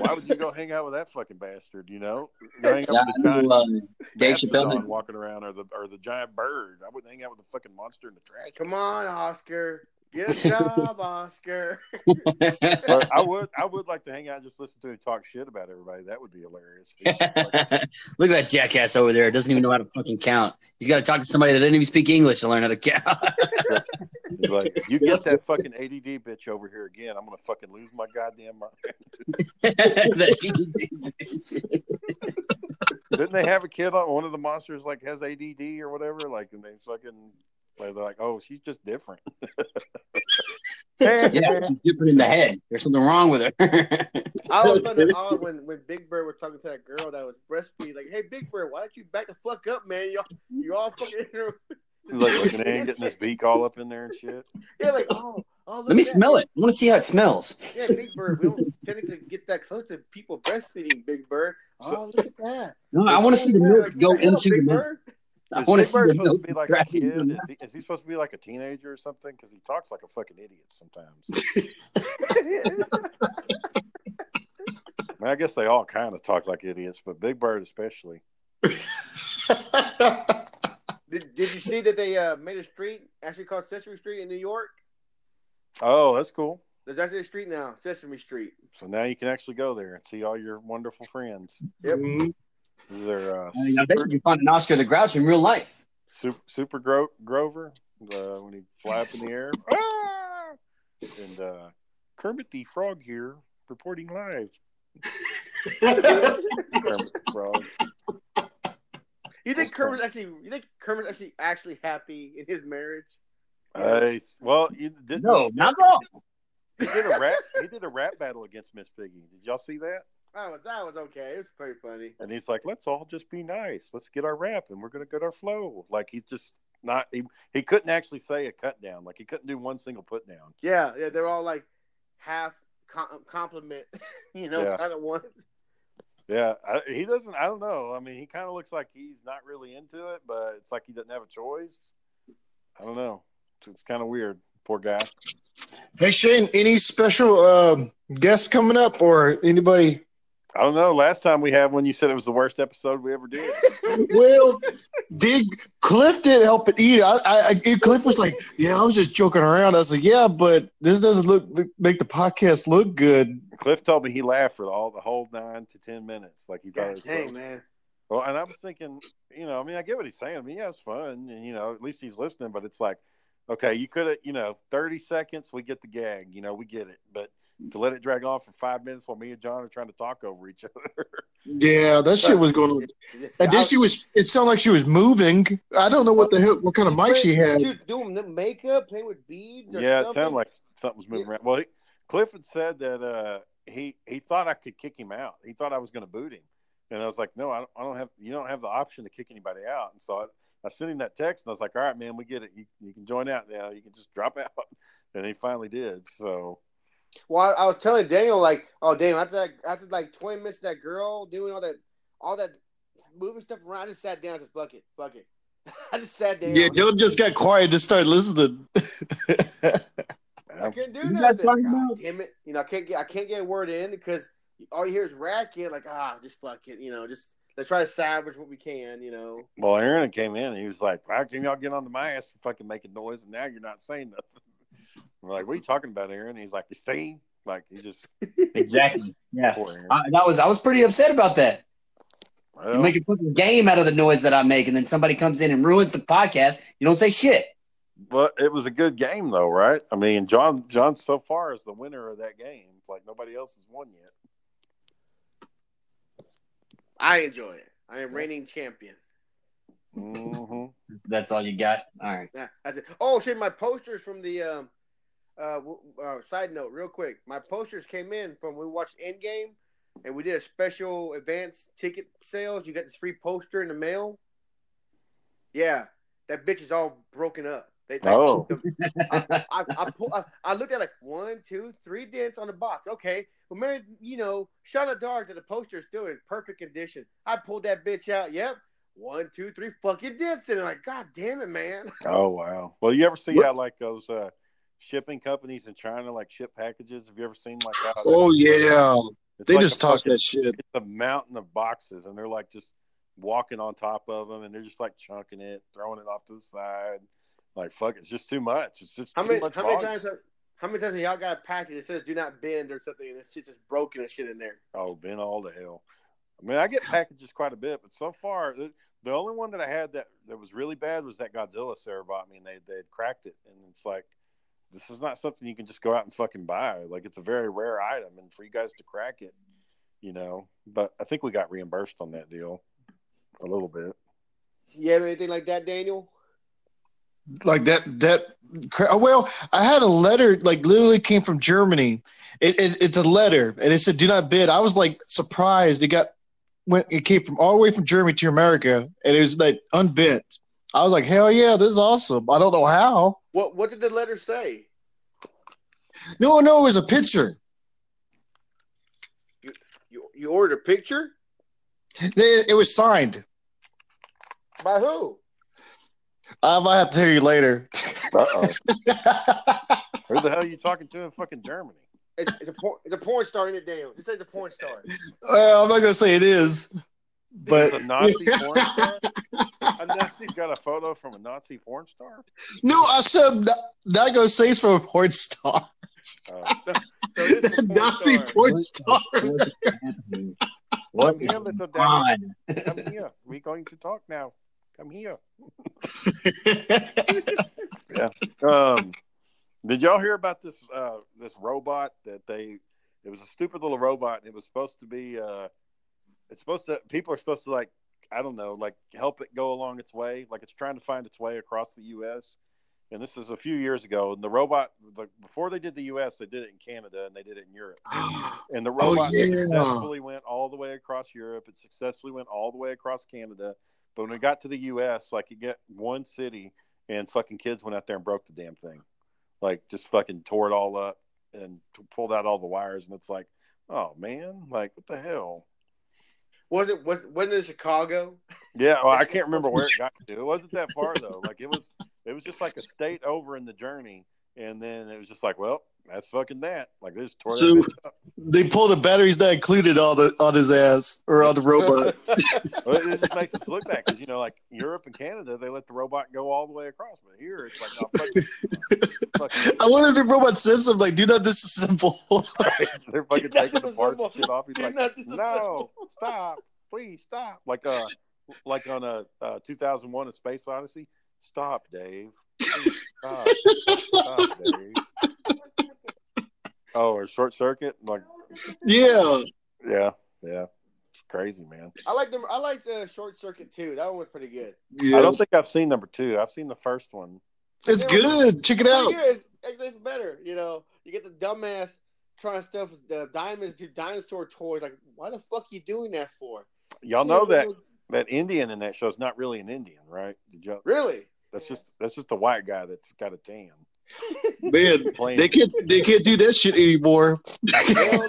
Speaker 4: why would you go hang out with that fucking bastard? You know, Go hang out
Speaker 3: Yeah,
Speaker 4: with
Speaker 3: I
Speaker 4: the giant
Speaker 3: know, um, Dave
Speaker 4: mastodon
Speaker 3: Chappelle.
Speaker 4: walking around, or the or the giant bird. I wouldn't hang out with the fucking monster in the trash.
Speaker 2: Come on, Oscar. Get a job, Oscar.
Speaker 4: But I would, I would like to hang out and just listen to him talk shit about everybody. That would be hilarious. He's just like-
Speaker 3: Look at that jackass over there. Doesn't even know how to fucking count. He's got to talk to somebody that doesn't even speak English to learn how to count.
Speaker 4: he's like, if you get that fucking ADD bitch over here again, I'm gonna fucking lose my goddamn mind. Didn't they have a kid on one of the monsters like has ADD or whatever? Like, and they fucking, like, they're like, oh, she's just different.
Speaker 3: yeah, she's different in the head. There's something wrong with her.
Speaker 2: I was under awe when, when Big Bird was talking to that girl that was breastfeeding. Like, hey, Big Bird, why don't you back the fuck up, man? Y'all, you all fucking.
Speaker 4: He's like looking at him, getting his beak all up in there and shit.
Speaker 2: yeah, like, oh, oh look
Speaker 3: Let me
Speaker 2: at that.
Speaker 3: smell it. I want to see how it smells.
Speaker 2: Yeah, Big Bird. We don't technically get that close to people breastfeeding, Big Bird. Oh, look at that.
Speaker 3: No, I want to see the
Speaker 2: Yeah,
Speaker 3: milk
Speaker 2: like,
Speaker 3: go
Speaker 2: what the hell,
Speaker 3: into the
Speaker 2: Big
Speaker 3: milk.
Speaker 2: Bird?
Speaker 3: I
Speaker 4: Is
Speaker 3: want to
Speaker 4: Big
Speaker 3: see
Speaker 4: Bird
Speaker 3: the
Speaker 4: supposed
Speaker 3: milk
Speaker 4: to be like a
Speaker 3: drag
Speaker 4: kid?
Speaker 3: into
Speaker 4: Is
Speaker 3: the mouth.
Speaker 4: he, is he supposed to be like a teenager or something? Because he talks like a fucking idiot sometimes. I, mean, I guess they all kind of talk like idiots, but Big Bird especially.
Speaker 2: did, did you see that they uh, made a street actually called Sesame Street in New York?
Speaker 4: Oh, that's cool.
Speaker 2: There's actually a street now, Sesame Street.
Speaker 4: So now you can actually go there and see all your wonderful friends.
Speaker 2: Yep.
Speaker 5: Mm-hmm.
Speaker 4: Is there uh,
Speaker 3: I mean, I bet you can find an Oscar the Grouch in real life.
Speaker 4: Super, Super Gro- Grover uh, when he fly up in the air? Ah! And uh, Kermit the Frog here, reporting live. Kermit the Frog.
Speaker 2: You think Kermit's actually? You think Kermit's actually actually happy in his marriage?
Speaker 4: I, well, you didn't.
Speaker 3: No, not at all.
Speaker 4: He did a rap. he did a rap battle against Miss Piggy. Did y'all see that?
Speaker 2: That was that was okay. It was pretty funny.
Speaker 4: And he's like, "Let's all just be nice. Let's get our rap, and we're gonna get our flow." Like he's just not. He, he couldn't actually say a cut down. Like he couldn't do one single put down.
Speaker 2: Yeah, yeah. They're all like half com- compliment, you know,
Speaker 4: Yeah.
Speaker 2: kind of one.
Speaker 4: Yeah, I, he doesn't. I don't know. I mean, he kind of looks like he's not really into it, but it's like he doesn't have a choice. I don't know. It's, it's kind of weird. Poor guy.
Speaker 5: Hey Shane, any special um, guests coming up or anybody?
Speaker 4: I don't know. Last time we had one, you said it was the worst episode we ever did.
Speaker 5: Well, did Cliff did help it eat? I, I, I Cliff was like, "Yeah, I was just joking around." I was like, "Yeah, but this doesn't look make the podcast look good."
Speaker 4: Cliff told me he laughed for all the whole nine to ten minutes. Like he thought it was so
Speaker 2: Dang man.
Speaker 4: Well, and I was thinking, you know, I mean, I get what he's saying. I mean, yeah, it's fun, and you know, at least he's listening. But it's like, okay, you could have, you know, thirty seconds, we get the gag, you know, we get it. But to let it drag on for five minutes while me and John are trying to talk over each other,
Speaker 5: Yeah, that shit was going on. And then she was. It sounded like she was moving. I don't know what the hell, what kind of mic she had.
Speaker 2: She was doing the makeup, playing with beads. Or
Speaker 4: yeah, it
Speaker 2: something.
Speaker 4: sounded like something's moving around. Well, he, Cliff had said that uh, he he thought I could kick him out. He thought I was going to boot him, and I was like, no, I don't, I don't have. You don't have the option to kick anybody out. And so I, I sent him that text, and I was like, all right, man, we get it. You, you can join out now. You can just drop out. And he finally did. So.
Speaker 2: Well, I, I was telling Daniel like, oh damn, after that, after like twenty minutes, of that girl doing all that, all that moving stuff around, I just sat down and said, fuck it, fuck it. I just sat down.
Speaker 5: Yeah, Dylan just got quiet and started listening.
Speaker 2: I couldn't do
Speaker 3: You guys
Speaker 2: nothing.
Speaker 3: talking
Speaker 2: Like, ah,
Speaker 3: about-
Speaker 2: damn it, you know, I can't get, I can't get a word in because all you hear is racket. Like, ah, just fuck it, you know, just let's try to salvage what we can, you know.
Speaker 4: Well, Aaron came in and he was like, How can y'all get onto my ass for fucking making noise? And now you're not saying nothing. We're like, What are you talking about, Aaron? He's like, You see? Like, he just,
Speaker 3: Exactly. Yeah.
Speaker 4: poor Aaron.
Speaker 3: I, that was I was pretty upset about that. You
Speaker 4: Well,
Speaker 3: make a fucking game out of the noise that I make, and then somebody comes in and ruins the podcast. You don't say shit.
Speaker 4: but it was a good game, though, right? I mean, John, John so far is the winner of that game. Like, nobody else has won yet.
Speaker 2: I enjoy it. I am reigning champion.
Speaker 4: hmm
Speaker 5: Mm-hmm.
Speaker 3: That's all you got. All right.
Speaker 2: Yeah, that's it. Oh shit, my posters from the um, uh, w- uh, side note, real quick. My posters came in from we watched Endgame, and we did a special advance ticket sales. You got this free poster in the mail. Yeah, that bitch is all broken up. They- They, they
Speaker 4: Oh.
Speaker 2: keep them- I, I, I, pull, I, I looked at like one, two, three dents on the box. Okay. Well, man, you know, shot a dart that the poster is still in perfect condition. I pulled that bitch out. Yep. One, two, three fucking dents in it. Like, God damn it, man.
Speaker 4: Oh wow. Well, you ever see
Speaker 5: What-
Speaker 4: how like those uh, shipping companies in China like ship packages? Have you ever seen like how
Speaker 5: Oh yeah,
Speaker 4: It's
Speaker 5: they
Speaker 4: like
Speaker 5: just
Speaker 4: a
Speaker 5: talk
Speaker 4: fucking-
Speaker 5: that shit.
Speaker 4: It's a mountain of boxes, and they're like just walking on top of them, and they're just like chunking it, throwing it off to the side. Like fuck, it's just too much. It's just
Speaker 2: How
Speaker 4: too
Speaker 2: many,
Speaker 4: much
Speaker 2: how many
Speaker 4: volume.
Speaker 2: times have, how many times have y'all got a package that says do not bend or something and it's just, just broken and shit in there?
Speaker 4: Oh, been all to hell. I mean, I get packages quite a bit, but so far, the, the only one that I had that, that was really bad was that Godzilla Sarah bought me, and they they had cracked it, and it's like, this is not something you can just go out and fucking buy. Like, it's a very rare item, and for you guys to crack it, you know. But I think we got reimbursed on that deal a little bit.
Speaker 2: You have anything like that, Daniel?
Speaker 5: Like that that. cra- oh, Well, I had a letter like literally came from Germany. It, it, it's a letter and it said "Do not bid." I was like surprised it got went it came from all the way from Germany to America and it was like unbent. I was like, hell yeah, this is awesome. I don't know how.
Speaker 2: What What did the letter say?
Speaker 5: No, no, it was a picture.
Speaker 2: You You ordered a picture
Speaker 5: It, it was signed.
Speaker 2: by who?
Speaker 5: I might have to tell you later.
Speaker 4: Uh oh. Who the hell are you talking to in fucking Germany?
Speaker 2: It's, it's a porn. It's a porn star in it, Daniel. Just say it's a porn star.
Speaker 5: well, I'm not gonna say it is, but
Speaker 4: It's a Nazi porn star? A Nazi got a photo from a Nazi porn star?
Speaker 5: no, I said I'm not, not gonna say it's from a porn star.
Speaker 4: Oh.
Speaker 2: So this is a porn
Speaker 5: Nazi
Speaker 2: star.
Speaker 5: porn star.
Speaker 3: What is happening? What is
Speaker 4: Come here, little
Speaker 3: on?
Speaker 4: Come here. We're going to talk now. Come here. Um, did y'all hear about this uh, this robot that they? It was a stupid little robot, and it was supposed to be. Uh, it's supposed to. People are supposed to like. I don't know, like help it go along its way. Like it's trying to find its way across the U.S. And this is a few years ago. And the robot, like, before they did the U.S., they did it in Canada and they did it in Europe. and the
Speaker 5: Oh,
Speaker 4: robot
Speaker 5: yeah.
Speaker 4: successfully went all the way across Europe. It successfully went all the way across Canada. But when it got to the U.S., like you get one city, and fucking kids went out there and broke the damn thing, like just fucking tore it all up and t- pulled out all the wires. And it's like, oh man, like what the hell?
Speaker 2: Was it was wasn't it in Chicago?
Speaker 4: Yeah, well, I can't remember where it got to. It wasn't that far though. Like it was, it was just like a state over in the journey. And then it was just like, well, that's fucking that. Like they just tore that
Speaker 5: So-
Speaker 4: bitch up.
Speaker 5: they pull the batteries that included all the on his ass or on the robot.
Speaker 4: Well, it just makes us look bad because you know, like Europe and Canada, they let the robot go all the way across, but here it's like, no, fuck this. Fuck this.
Speaker 5: I wonder if the robot says something like, "Do not disassemble."
Speaker 4: they're fucking
Speaker 2: Not
Speaker 4: taking the parts and shit off. He's
Speaker 2: Do
Speaker 4: like,
Speaker 2: not disassemble.
Speaker 4: no, stop, please stop. Like uh, like on a uh, 2001: A Space Odyssey. Stop, Dave. Please Stop. stop, Dave. Oh, or short circuit. Like,
Speaker 5: yeah,
Speaker 4: yeah, yeah, it's crazy, man.
Speaker 2: I like them. I liked uh, Short Circuit too. That one was pretty good.
Speaker 5: yeah,
Speaker 4: I don't think I've seen number two. I've seen the first one.
Speaker 5: it's good. Check it
Speaker 2: Pretty
Speaker 5: out.
Speaker 2: good. It's, it's better. You know, you get the dumbass trying stuff with the diamonds to dinosaur toys. Like, why the fuck you doing that for?
Speaker 4: Y'all know that that Indian in that show is not really an Indian, right? Did y'all-
Speaker 2: Really?
Speaker 4: That's just that's just a white guy that's got a tan.
Speaker 5: Man,
Speaker 4: Plain.
Speaker 5: they can't they can't do that shit anymore.
Speaker 2: Hell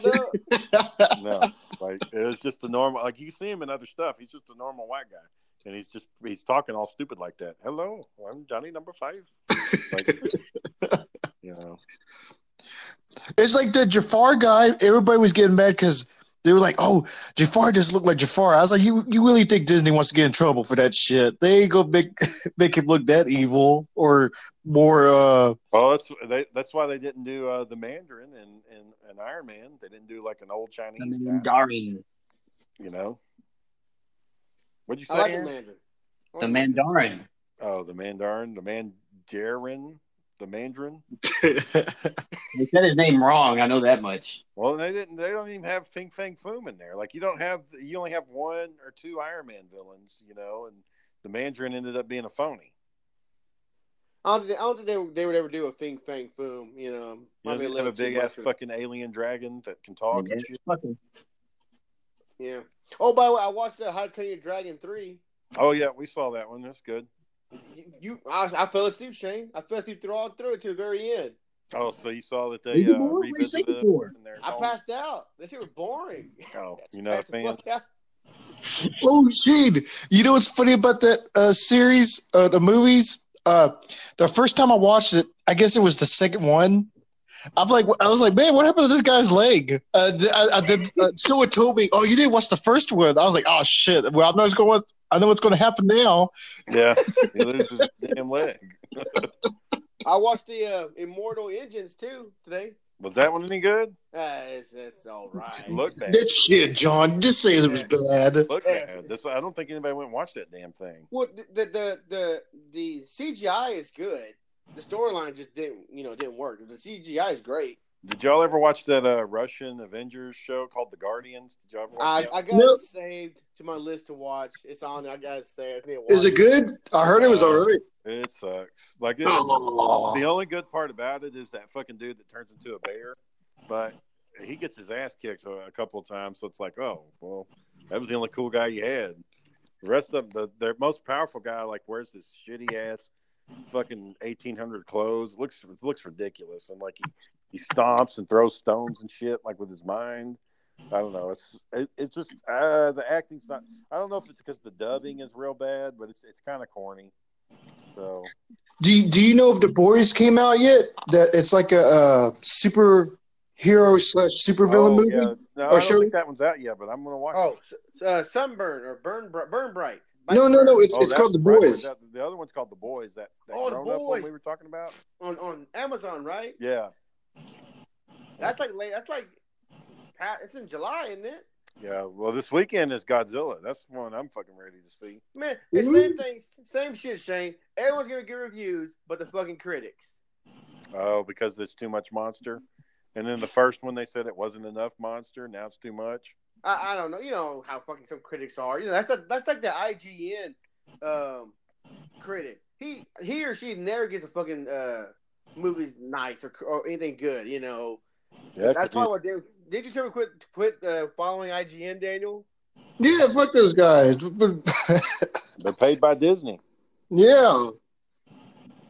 Speaker 2: no.
Speaker 4: No, like it's just a normal. Like you see him in other stuff, he's just a normal white guy, and he's just he's talking all stupid like that. Hello, I'm Johnny Number Five. Like, you know,
Speaker 5: It's like the Jafar guy. Everybody was getting mad because they were like, "Oh, Jafar just looked like Jafar." I was like, "You you really think Disney wants to get in trouble for that shit? They ain't gonna make make him look that evil or more." uh
Speaker 4: well, that's they, that's why they didn't do uh, the Mandarin and, and and Iron Man. They didn't do like an old
Speaker 3: I
Speaker 4: Chinese
Speaker 3: mean,
Speaker 4: guy.
Speaker 3: Darin.
Speaker 4: You know, what'd you say?
Speaker 2: I like the
Speaker 4: Aaron?
Speaker 2: Mandarin. I
Speaker 3: The
Speaker 2: like
Speaker 3: Mandarin.
Speaker 4: oh, the Mandarin, the Mandarin, the Mandarin.
Speaker 3: They said his name wrong. I know that much.
Speaker 4: Well, they didn't. They don't even have Fing Fang Foom in there. Like you don't have. You only have one or two Iron Man villains, you know. And the Mandarin ended up being a phony.
Speaker 2: I don't think, I don't think they, they would ever do a thing fang foom. You know,
Speaker 4: You know,
Speaker 2: might be a
Speaker 4: they have
Speaker 2: little
Speaker 4: a big
Speaker 2: too
Speaker 4: ass
Speaker 2: much.
Speaker 4: fucking alien dragon that can talk
Speaker 3: Mm-hmm.
Speaker 4: and shit.
Speaker 3: Fucking-
Speaker 2: Yeah. Oh, by the way, I watched uh, How to Train Your Dragon three.
Speaker 4: Oh yeah, we saw that one. That's good.
Speaker 2: You, you I, I fell asleep, Shane. I fell asleep through all through it to the very end.
Speaker 4: Oh, so you saw that
Speaker 3: Leave
Speaker 4: they
Speaker 3: it
Speaker 4: uh,
Speaker 3: alone. What are you
Speaker 4: revisited
Speaker 3: sleeping
Speaker 4: it
Speaker 3: for?
Speaker 4: and they're
Speaker 2: I
Speaker 4: going-
Speaker 2: passed out. That shit was boring.
Speaker 4: Oh, you're not a
Speaker 2: Passed the
Speaker 4: fan.
Speaker 2: fuck out.
Speaker 5: Oh, Shane, you know what's funny about that uh, series, uh, the movies? Uh, the first time I watched it, I guess it was the second one. I'm like, I was like, man, what happened to this guy's leg? Uh, th- I, I did. Uh, someone told me, oh, you didn't watch the first one. I was like, oh shit. Well, I know what's going. I know what's going to happen now.
Speaker 4: Yeah, he loses his damn leg.
Speaker 2: I watched the uh, Immortal Engines too today.
Speaker 4: Was that one any good?
Speaker 2: Uh, it's, it's all right.
Speaker 4: Look bad.
Speaker 5: That shit, John. This thing was bad.
Speaker 4: Look
Speaker 2: Yeah.
Speaker 4: bad. This I don't think anybody went and watched that damn thing.
Speaker 2: Well, the the the the, the CGI is good. The storyline just didn't, you know, didn't work. The CGI is great.
Speaker 4: Did y'all ever watch that uh, Russian Avengers show called The Guardians? Did y'all ever watch
Speaker 2: I,
Speaker 4: that?
Speaker 2: I got
Speaker 5: Nope.
Speaker 2: it saved to my list to watch. It's on. there. I got it saved. I need to
Speaker 5: Is
Speaker 2: watch
Speaker 5: it good? I heard it was all right.
Speaker 4: It uh, sucks. Like it,
Speaker 5: Oh.
Speaker 4: the only good part about it is that fucking dude that turns into a bear, but he gets his ass kicked a a couple of times. So it's like, oh well, that was the only cool guy you had. The rest of the their most powerful guy like wears this shitty ass fucking eighteen hundred clothes. looks looks ridiculous and like he, he stomps and throws stones and shit like with his mind. I don't know. It's it, it's just uh, the acting's not. I don't know if it's because the dubbing is real bad, but it's it's kind of corny. So
Speaker 5: Do you, Do you know if the boys came out yet? That it's like a, uh superhero slash supervillain
Speaker 4: Oh,
Speaker 5: movie.
Speaker 4: Yeah. No, I
Speaker 5: Or
Speaker 4: don't
Speaker 5: show-
Speaker 4: think that one's out yet, but I'm gonna watch.
Speaker 2: Oh,
Speaker 4: it.
Speaker 2: s- uh, sunburn or burn Br- burn bright.
Speaker 5: No, no, no.
Speaker 2: Burn.
Speaker 5: It's
Speaker 4: Oh,
Speaker 5: it's
Speaker 4: that-
Speaker 5: called the
Speaker 4: right,
Speaker 5: boys.
Speaker 4: that- the other one's called the boys. That, that
Speaker 2: Oh, The
Speaker 4: grown up one
Speaker 2: Boys.
Speaker 4: we were talking about.
Speaker 2: on on Amazon, right?
Speaker 4: Yeah,
Speaker 2: That's like late. That's like pa- it's in July, isn't it?
Speaker 4: yeah. Well, this weekend is Godzilla. That's the one I'm fucking ready to see.
Speaker 2: Man, it's
Speaker 5: Mhm.
Speaker 2: same thing, same shit, Shane. Everyone's gonna get reviews, but the fucking critics.
Speaker 4: Oh, because it's too much monster. And then the first one they said it wasn't enough monster. Now it's too much.
Speaker 2: I, I don't know. You know how fucking some critics are. You know that's a, that's like the IGN um, critic. He he or she never gets a fucking uh, movies nice or, or anything good. You know
Speaker 4: Yeah,
Speaker 2: that's
Speaker 4: 'cause
Speaker 2: probably what did. Did you tell me quit quit uh, following IGN, Daniel?
Speaker 5: Yeah, fuck those guys.
Speaker 4: they're paid by Disney.
Speaker 5: yeah.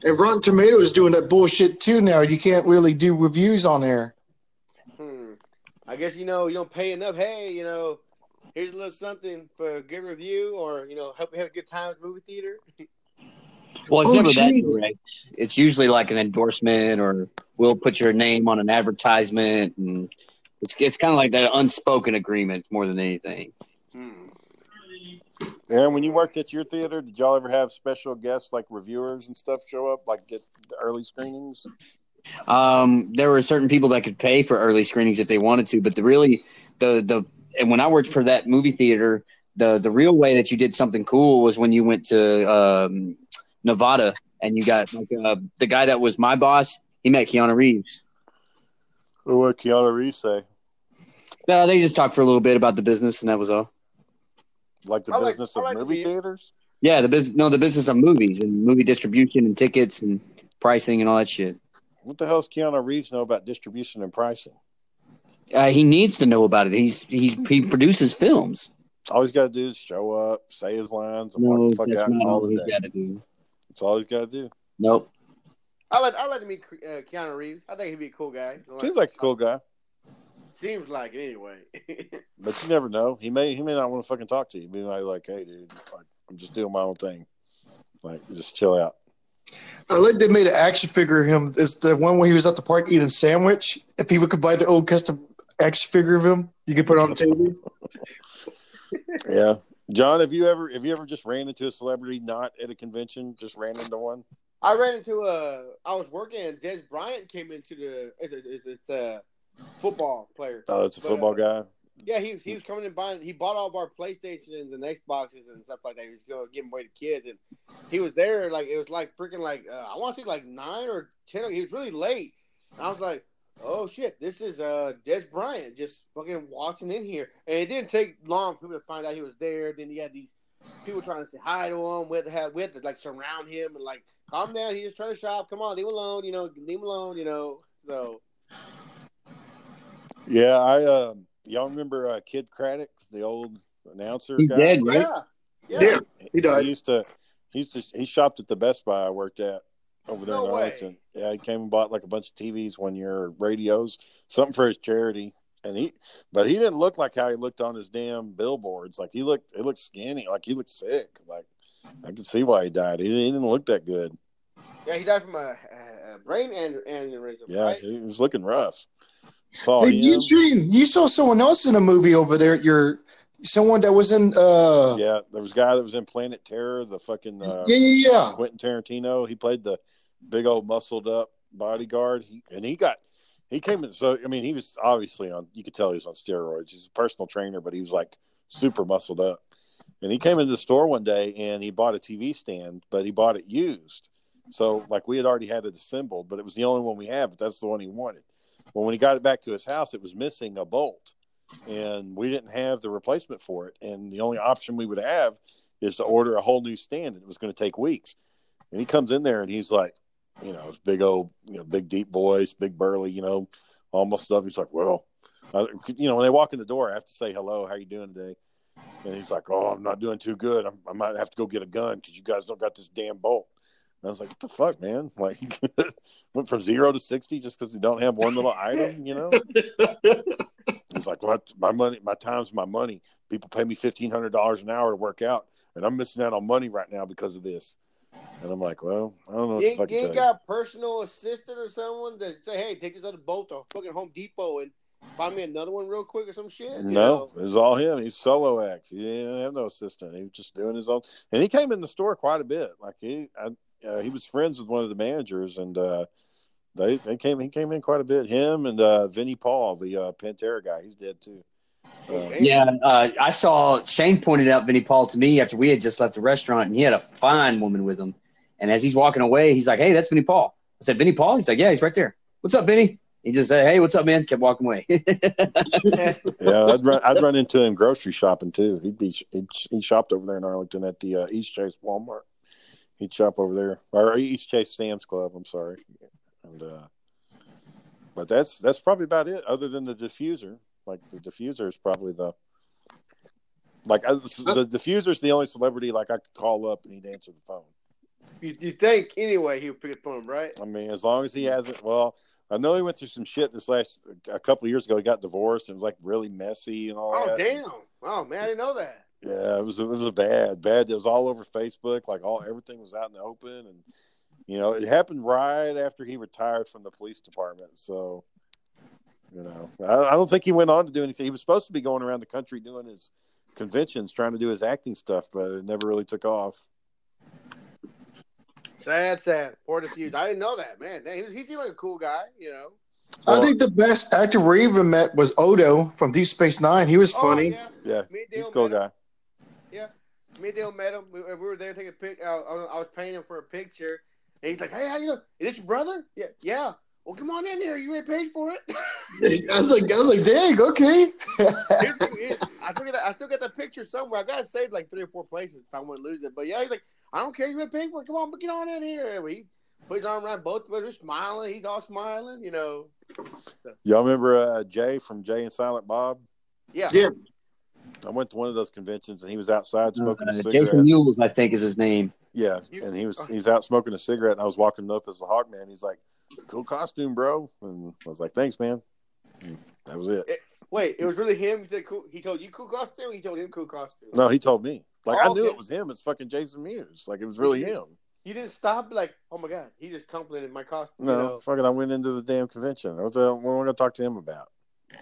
Speaker 5: And Rotten Tomatoes doing that bullshit too now. You can't really do reviews on there.
Speaker 2: Hmm. I guess you know you don't pay enough. Hey, you know, here's a little something for a good review, or you know, hope you have a good time at the movie theater.
Speaker 3: Well, it's
Speaker 5: Oh,
Speaker 3: never that
Speaker 5: geez.
Speaker 3: direct. It's usually like an endorsement, or we'll put your name on an advertisement, and it's it's kind of like that unspoken agreement more than anything.
Speaker 2: Hmm.
Speaker 4: And when you worked at your theater, did y'all ever have special guests like reviewers and stuff show up, like get the early screenings?
Speaker 3: Um, there were certain people that could pay for early screenings if they wanted to, but the really the the and when I worked for that movie theater, the the real way that you did something cool was when you went to um, Nevada and you got like uh, the guy that was my boss. He met Keanu Reeves.
Speaker 4: Or what Keanu Reeves say?
Speaker 3: Uh, they just talked for a little bit about the business, and that was all.
Speaker 4: Like the
Speaker 2: I like-
Speaker 4: business
Speaker 2: I
Speaker 4: of
Speaker 2: like
Speaker 4: movie
Speaker 2: the-
Speaker 4: theaters?
Speaker 3: Yeah, the business. No, the business of movies and movie distribution and tickets and pricing and all that shit.
Speaker 4: What the hell's Keanu Reeves know about distribution and pricing?
Speaker 3: Uh, he needs to know about it. He's he he produces films.
Speaker 4: All he's got to do is show up, say his lines, and
Speaker 3: No,
Speaker 4: walk the fuck
Speaker 3: that's
Speaker 4: out and
Speaker 3: not
Speaker 4: call
Speaker 3: all
Speaker 4: it
Speaker 3: he's
Speaker 4: a day.
Speaker 3: got to do.
Speaker 4: That's all he's got to do.
Speaker 3: Nope.
Speaker 2: I like I like to meet uh, Keanu Reeves. I think he'd be a cool guy.
Speaker 4: Seems like a cool guy,
Speaker 2: Seems like it anyway.
Speaker 4: but you never know. He may he may not want to fucking talk to you. He might be like, hey, dude, like, I'm just doing my own thing. Like, just chill out.
Speaker 5: I like they made an action figure of him. It's the one where he was at the park eating sandwich. If people could buy the old custom action figure of him, you could put it on the table.
Speaker 4: Yeah. John, have you ever have you ever just ran into a celebrity not at a convention? Just ran into one?
Speaker 2: I ran into uh, I was working and Des Bryant came into the it's, it's, it's a uh, football player.
Speaker 4: Oh, it's a
Speaker 2: But, uh,
Speaker 4: football guy.
Speaker 2: Yeah, he, he was coming and buying. He bought all of our PlayStations and Xboxes and stuff like that. He was going to give them away to kids, and he was there like it was like freaking like uh, I want to say like nine or ten. He was really late. And I was like, oh shit, this is uh Des Bryant just fucking waltzing in here, and it didn't take long for people to find out he was there. Then he had these people trying to say hi to him. We had to have we had to like surround him and like calm down. He's just trying to shop. Come on, leave him alone. You know, leave him alone. You know, so.
Speaker 4: Yeah, I um y'all remember uh, Kid Craddock, the old announcer
Speaker 3: He's
Speaker 4: guy?
Speaker 3: dead, right?
Speaker 2: Yeah, yeah.
Speaker 5: Yeah. He died.
Speaker 4: He used to He's just he shopped at the Best Buy I worked at over there
Speaker 2: No
Speaker 4: in
Speaker 2: way.
Speaker 4: Arlington. Yeah, he came and bought like a bunch of TVs one year, or radios, something for his charity. And he, but he didn't look like how he looked on his damn billboards. Like he looked, it looked skinny. Like he looked sick. Like I could see why he died. He, he didn't look that good.
Speaker 2: Yeah, he died from a, a a brain an- aneurysm,
Speaker 4: Yeah,
Speaker 2: right?
Speaker 4: he was looking rough. Saw
Speaker 5: Hey,
Speaker 4: him.
Speaker 5: Eugene, you saw someone else in a movie over there. at Your someone that was in. Uh,
Speaker 4: Yeah, there was a guy that was in Planet Terror, the fucking uh,
Speaker 5: yeah, yeah, yeah.
Speaker 4: Quentin Tarantino. He played the big old muscled up bodyguard, he, and he got he came in. So I mean, he was obviously on. You could tell he was on steroids. He's a personal trainer, but he was like super muscled up. And he came into the store one day and he bought a TV stand, but he bought it used. So like we had already had it assembled, but it was the only one we had. But that's the one he wanted. Well, when he got it back to his house, it was missing a bolt, and we didn't have the replacement for it. And the only option we would have is to order a whole new stand, and it was going to take weeks. And he comes in there and he's like, you know, his big old, you know, big deep voice, big burly, you know, almost stuff. He's like, well, I, you know, when they walk in the door, I have to say hello. How you doing today? And he's like, oh, I'm not doing too good. I'm, I might have to go get a gun because you guys don't got this damn bolt. And I was like, what the fuck, man? Like, went from zero to sixty just because they don't have one little item, you know? He's like, well, my money, my time's my money. People pay me fifteen hundred dollars an hour to work out, and I'm missing out on money right now because of this. And I'm like, well, I don't know. What
Speaker 2: You
Speaker 4: to
Speaker 2: ain't,
Speaker 4: fucking
Speaker 2: you
Speaker 4: tell
Speaker 2: ain't
Speaker 4: you.
Speaker 2: got a personal assistant or someone that say, "Hey, take this other bolt off fucking Home Depot and find me another one real quick or some shit." you
Speaker 4: No,
Speaker 2: know?
Speaker 4: it was all him. He's solo acts. He didn't have no assistant. He was just doing his own. And he came in the store quite a bit. Like he, I, uh, he was friends with one of the managers, and uh, they they came. He came in quite a bit. Him and uh, Vinnie Paul, the uh, Pantera guy. He's dead too. Uh,
Speaker 3: Yeah, uh, I saw Shane pointed out Vinnie Paul to me after we had just left the restaurant, and he had a fine woman with him. And as he's walking away, he's like, "Hey, that's Vinnie Paul." I said, "Vinnie Paul?" He's like, "Yeah, he's right there." What's up, Vinnie? He just said, "Hey, what's up, man?" Kept walking away.
Speaker 4: yeah, I'd run. I'd run into him grocery shopping too. He'd be. He'd, he shopped over there in Arlington at the uh, East Chase Walmart. He'd shop over there or East Chase Sam's Club. I'm sorry. And uh, but that's that's probably about it. Other than the diffuser, like the diffuser is probably the like I, the diffuser's the only celebrity like I could call up and he'd answer the phone.
Speaker 2: You, you think anyway he would pick up phone, right?
Speaker 4: I mean, as long as he hasn't. Well, I know he went through some shit this last a couple of years ago. He got divorced and it was like really messy and all.
Speaker 2: Oh
Speaker 4: that.
Speaker 2: damn! Oh man, I didn't know that.
Speaker 4: Yeah, it was it was a bad, bad. It was all over Facebook, like all everything was out in the open, and you know it happened right after he retired from the police department. So, you know, I, I don't think he went on to do anything. He was supposed to be going around the country doing his conventions, trying to do his acting stuff, but it never really took off.
Speaker 2: Sad, sad. Poor diffuse. I didn't know that, man. Dang, he, he seemed like a cool guy, you know.
Speaker 5: I think the best actor we even met was Odo from Deep Space Nine. He was funny.
Speaker 2: Oh, yeah.
Speaker 4: Yeah,
Speaker 2: Me and
Speaker 4: he's
Speaker 2: Dale
Speaker 4: a cool
Speaker 2: met him.
Speaker 4: guy.
Speaker 2: Me and Dale met him. We, we were there taking a pic. I, I was paying him for a picture, and he's like, "Hey, how you doing? Is this your brother? Yeah, yeah. Well, come on in here. You ready to pay for it?"
Speaker 5: I was like, I was like, dang, okay.
Speaker 2: Here's the thing is, I still got I still got that picture somewhere. I got it saved like three or four places if I wouldn't lose it. But yeah, he's like, I don't care. You're gonna pay for it. Come on, get on in here. And we put his arm around both of us. We're smiling. He's all smiling. You know.
Speaker 4: Y'all remember uh, Jay from Jay and Silent Bob?
Speaker 2: Yeah.
Speaker 5: Yeah.
Speaker 4: I went to one of those conventions and he was outside smoking a
Speaker 3: Uh,
Speaker 4: cigarette.
Speaker 3: Jason Mules, I think, is his name.
Speaker 4: Yeah,
Speaker 2: You-
Speaker 4: and he was he was out smoking a cigarette, and I was walking up as the Hawkman. He's like, "Cool costume, bro," and I was like, "Thanks, man." And that was it.
Speaker 2: Wait, it was really him. He said, "Cool." He told you cool costume. He told him cool costume.
Speaker 4: No, he told me. Like I
Speaker 2: Oh,
Speaker 4: knew
Speaker 2: okay.
Speaker 4: it was him. It's fucking Jason Mewes. Like it was really him.
Speaker 2: You didn't stop. Like, oh my god, he just complimented my costume.
Speaker 4: No,
Speaker 2: You know?
Speaker 4: fucking. I went into the damn convention. What the? What am I gonna talk to him about?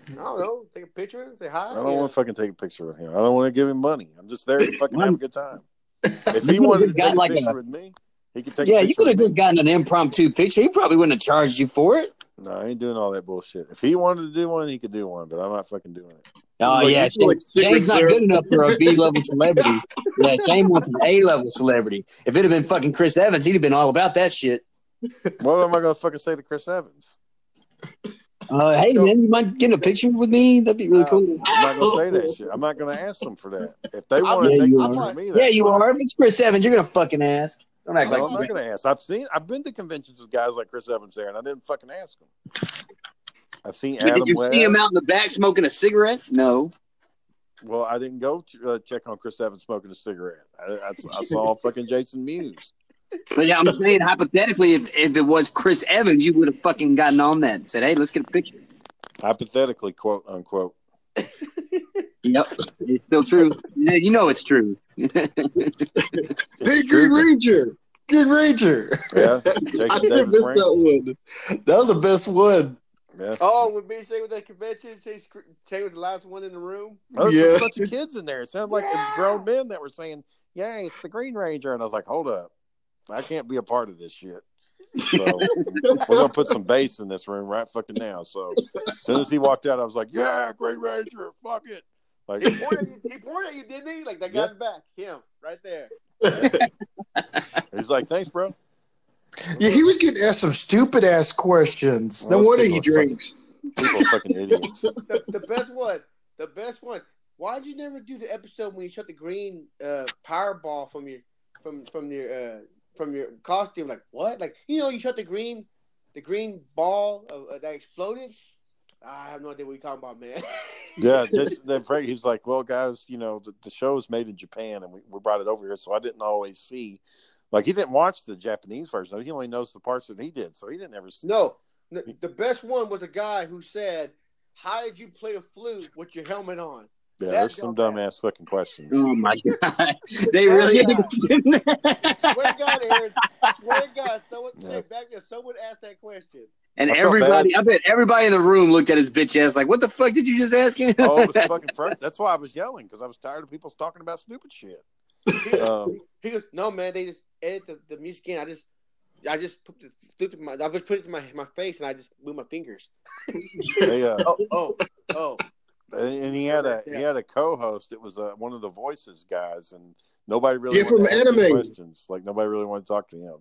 Speaker 2: I don't know. Take a picture. Say hi.
Speaker 4: I don't
Speaker 2: you know?
Speaker 4: want to fucking take a picture with him. I don't want to give him money. I'm just there to fucking have a good time. If he
Speaker 3: You
Speaker 4: wanted to
Speaker 3: got
Speaker 4: take a
Speaker 3: like a-
Speaker 4: picture with me, he could take.
Speaker 3: yeah,
Speaker 4: a
Speaker 3: you
Speaker 4: picture
Speaker 3: could have
Speaker 4: with me.
Speaker 3: just gotten an impromptu picture. He probably wouldn't have charged you for it.
Speaker 4: No, I ain't doing all that bullshit. If he wanted to do one, he could do one, but I'm not fucking doing it.
Speaker 3: Oh
Speaker 5: Like,
Speaker 3: yeah,
Speaker 5: this is like
Speaker 3: Shane- Shane's not
Speaker 5: Secret
Speaker 3: good enough for a B level celebrity. yeah, Shane wants an A level celebrity. If it had been fucking Chris Evans, he'd have been all about that shit.
Speaker 4: what am I gonna fucking say to Chris Evans?
Speaker 3: Uh, hey
Speaker 2: So-
Speaker 3: man, you mind getting a picture with me? That'd be really
Speaker 2: Uh,
Speaker 3: cool.
Speaker 4: I'm not gonna say that shit. I'm not gonna ask them for that. If they want
Speaker 3: Yeah,
Speaker 4: to take
Speaker 3: you
Speaker 4: a picture
Speaker 2: are.
Speaker 4: of me,
Speaker 3: Yeah,
Speaker 4: that's
Speaker 3: you
Speaker 4: fine.
Speaker 3: are. If it's Chris Evans, you're gonna fucking ask. Don't act
Speaker 4: No, I'm
Speaker 3: like
Speaker 4: not gonna ask. I've seen. I've been to conventions with guys like Chris Evans there, and I didn't fucking ask them. I've seen
Speaker 3: Did
Speaker 4: Adam
Speaker 3: you
Speaker 4: West.
Speaker 3: see him out in the back smoking a cigarette? No.
Speaker 4: Well, I didn't go ch- uh, check on Chris Evans smoking a cigarette. I, I, I saw fucking Jason Mewes.
Speaker 3: But yeah, I'm saying hypothetically, if, if it was Chris Evans, you would have fucking gotten on that and said, "Hey, let's get a picture."
Speaker 4: Hypothetically, quote unquote.
Speaker 3: Yep, it's still true. Yeah, you know it's true.
Speaker 5: Hey, Green Ranger. Green Ranger.
Speaker 4: Yeah,
Speaker 5: I
Speaker 4: Jason
Speaker 5: think I
Speaker 4: David
Speaker 5: missed
Speaker 4: Frank.
Speaker 5: that one. That was the best one.
Speaker 4: Yeah.
Speaker 2: Oh, when B Shane was at the convention, Shane Sc- Shane was the last one in the room.
Speaker 4: Oh, there's
Speaker 5: Yeah.
Speaker 4: a bunch of kids in there. It sounded like it was grown men that were saying, "Yeah, it's the Green Ranger," and I was like, "Hold up, I can't be a part of this shit." So we're gonna put some bass in this room right fucking now. So as soon as he walked out, I was like, "Yeah, Green Ranger, fuck it!" Like,
Speaker 2: He pointed at you, he pointed at you didn't he? Like that guy
Speaker 4: Yeah.
Speaker 2: in the back, him, right there.
Speaker 4: he's like, "Thanks, bro."
Speaker 5: Yeah, he was getting asked some stupid ass questions. No
Speaker 4: Those
Speaker 5: wonder
Speaker 4: people
Speaker 5: he
Speaker 4: are fucking-
Speaker 5: drinks.
Speaker 4: People are fucking idiots.
Speaker 2: The, the best one, the best one. Why'd you never do the episode when you shot the green uh, Powerball from your from from your uh, from your costume? Like what? Like you know you shot the green the green ball of, uh, that exploded. I have no idea what you're talking about, man.
Speaker 4: Yeah, just then Frank, he was like, "Well, guys, you know the, the show is made in Japan, and we, we brought it over here, so I didn't always see." Like he didn't watch the Japanese version; he only knows the parts that he did, so he didn't ever see.
Speaker 2: No, n- the best one was a guy who said, "How did you play a flute with your helmet on?"
Speaker 4: Yeah,
Speaker 2: That
Speaker 4: there's some
Speaker 2: dumbass.
Speaker 4: dumbass fucking questions.
Speaker 3: Oh my god, they really.
Speaker 2: Swear to God, Aaron. Swear to God, someone
Speaker 4: Yeah.
Speaker 2: say back there. Someone asked that question.
Speaker 3: and
Speaker 4: I felt
Speaker 3: everybody, I bet everybody in the room looked at his bitch ass like, "What the fuck did you just ask him?"
Speaker 4: oh, it was fucking Frank. That's why I was yelling because I was tired of people talking about stupid shit.
Speaker 2: He goes,
Speaker 4: Um,
Speaker 2: he goes, "No, man, they just edit the, the music in. I just, I just put the flute in my, I just put it in my my face, and I just move my fingers.
Speaker 4: they, uh,
Speaker 2: Oh, oh, oh.
Speaker 4: and he had a he had a co-host. It was uh, one of the voices guys, and nobody really
Speaker 5: Yeah,
Speaker 4: wanted
Speaker 5: from
Speaker 4: to ask him
Speaker 5: anime.
Speaker 4: questions. Like nobody really wanted to talk to him.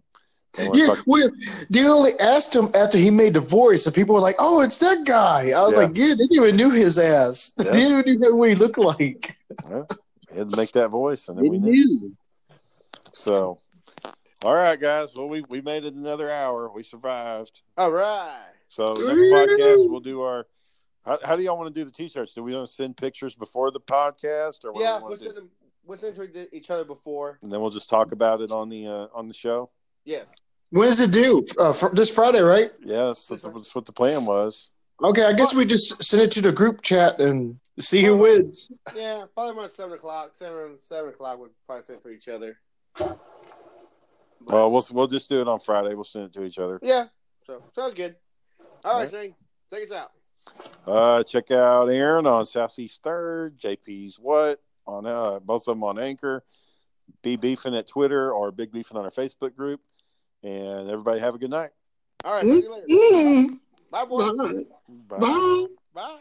Speaker 4: They wanted to
Speaker 5: Yeah,
Speaker 4: talk-
Speaker 5: we, they only asked him after he made the voice, and people were like, "Oh, it's that guy." I was
Speaker 4: Yeah.
Speaker 5: like, "Yeah, they didn't even knew his ass.
Speaker 4: Yeah.
Speaker 5: they didn't even know what he looked like."
Speaker 4: they had to make that voice, and
Speaker 3: They
Speaker 4: then we knew.
Speaker 3: knew.
Speaker 4: So, all right, guys. Well, we we made it another hour. We survived.
Speaker 2: All right.
Speaker 4: So next podcast we'll do our. How, how do y'all want to do the t-shirts? Do we want to send pictures before the podcast, or what do we
Speaker 2: Yeah,
Speaker 4: wanna
Speaker 2: what's
Speaker 4: do?
Speaker 2: in the, what's into each other before?
Speaker 4: and then we'll just talk about it on the uh, on the show.
Speaker 2: Yes.
Speaker 5: When does it do? Uh, fr- this Friday, right?
Speaker 4: Yes, that's, that's what the plan was.
Speaker 5: Okay, I guess we just send it to the group chat and see who wins.
Speaker 2: Yeah, probably around seven o'clock. Seven seven o'clock would probably send for each other. But-
Speaker 4: Well, we'll we'll just do it on Friday. We'll send it to each other.
Speaker 2: yeah. So sounds good. All right,
Speaker 4: Alright.
Speaker 2: Shane, take us out.
Speaker 4: Uh, check out Aaron on Southeast Third, JP's what on uh, both of them on Anchor, B Beefin at Twitter or Big Beefin on our Facebook group, and everybody have a good night.
Speaker 2: Mm-hmm. All right, see you later.
Speaker 5: Mm,
Speaker 2: Bye, boy.
Speaker 4: Bye.
Speaker 5: bye. Bye.
Speaker 2: Bye.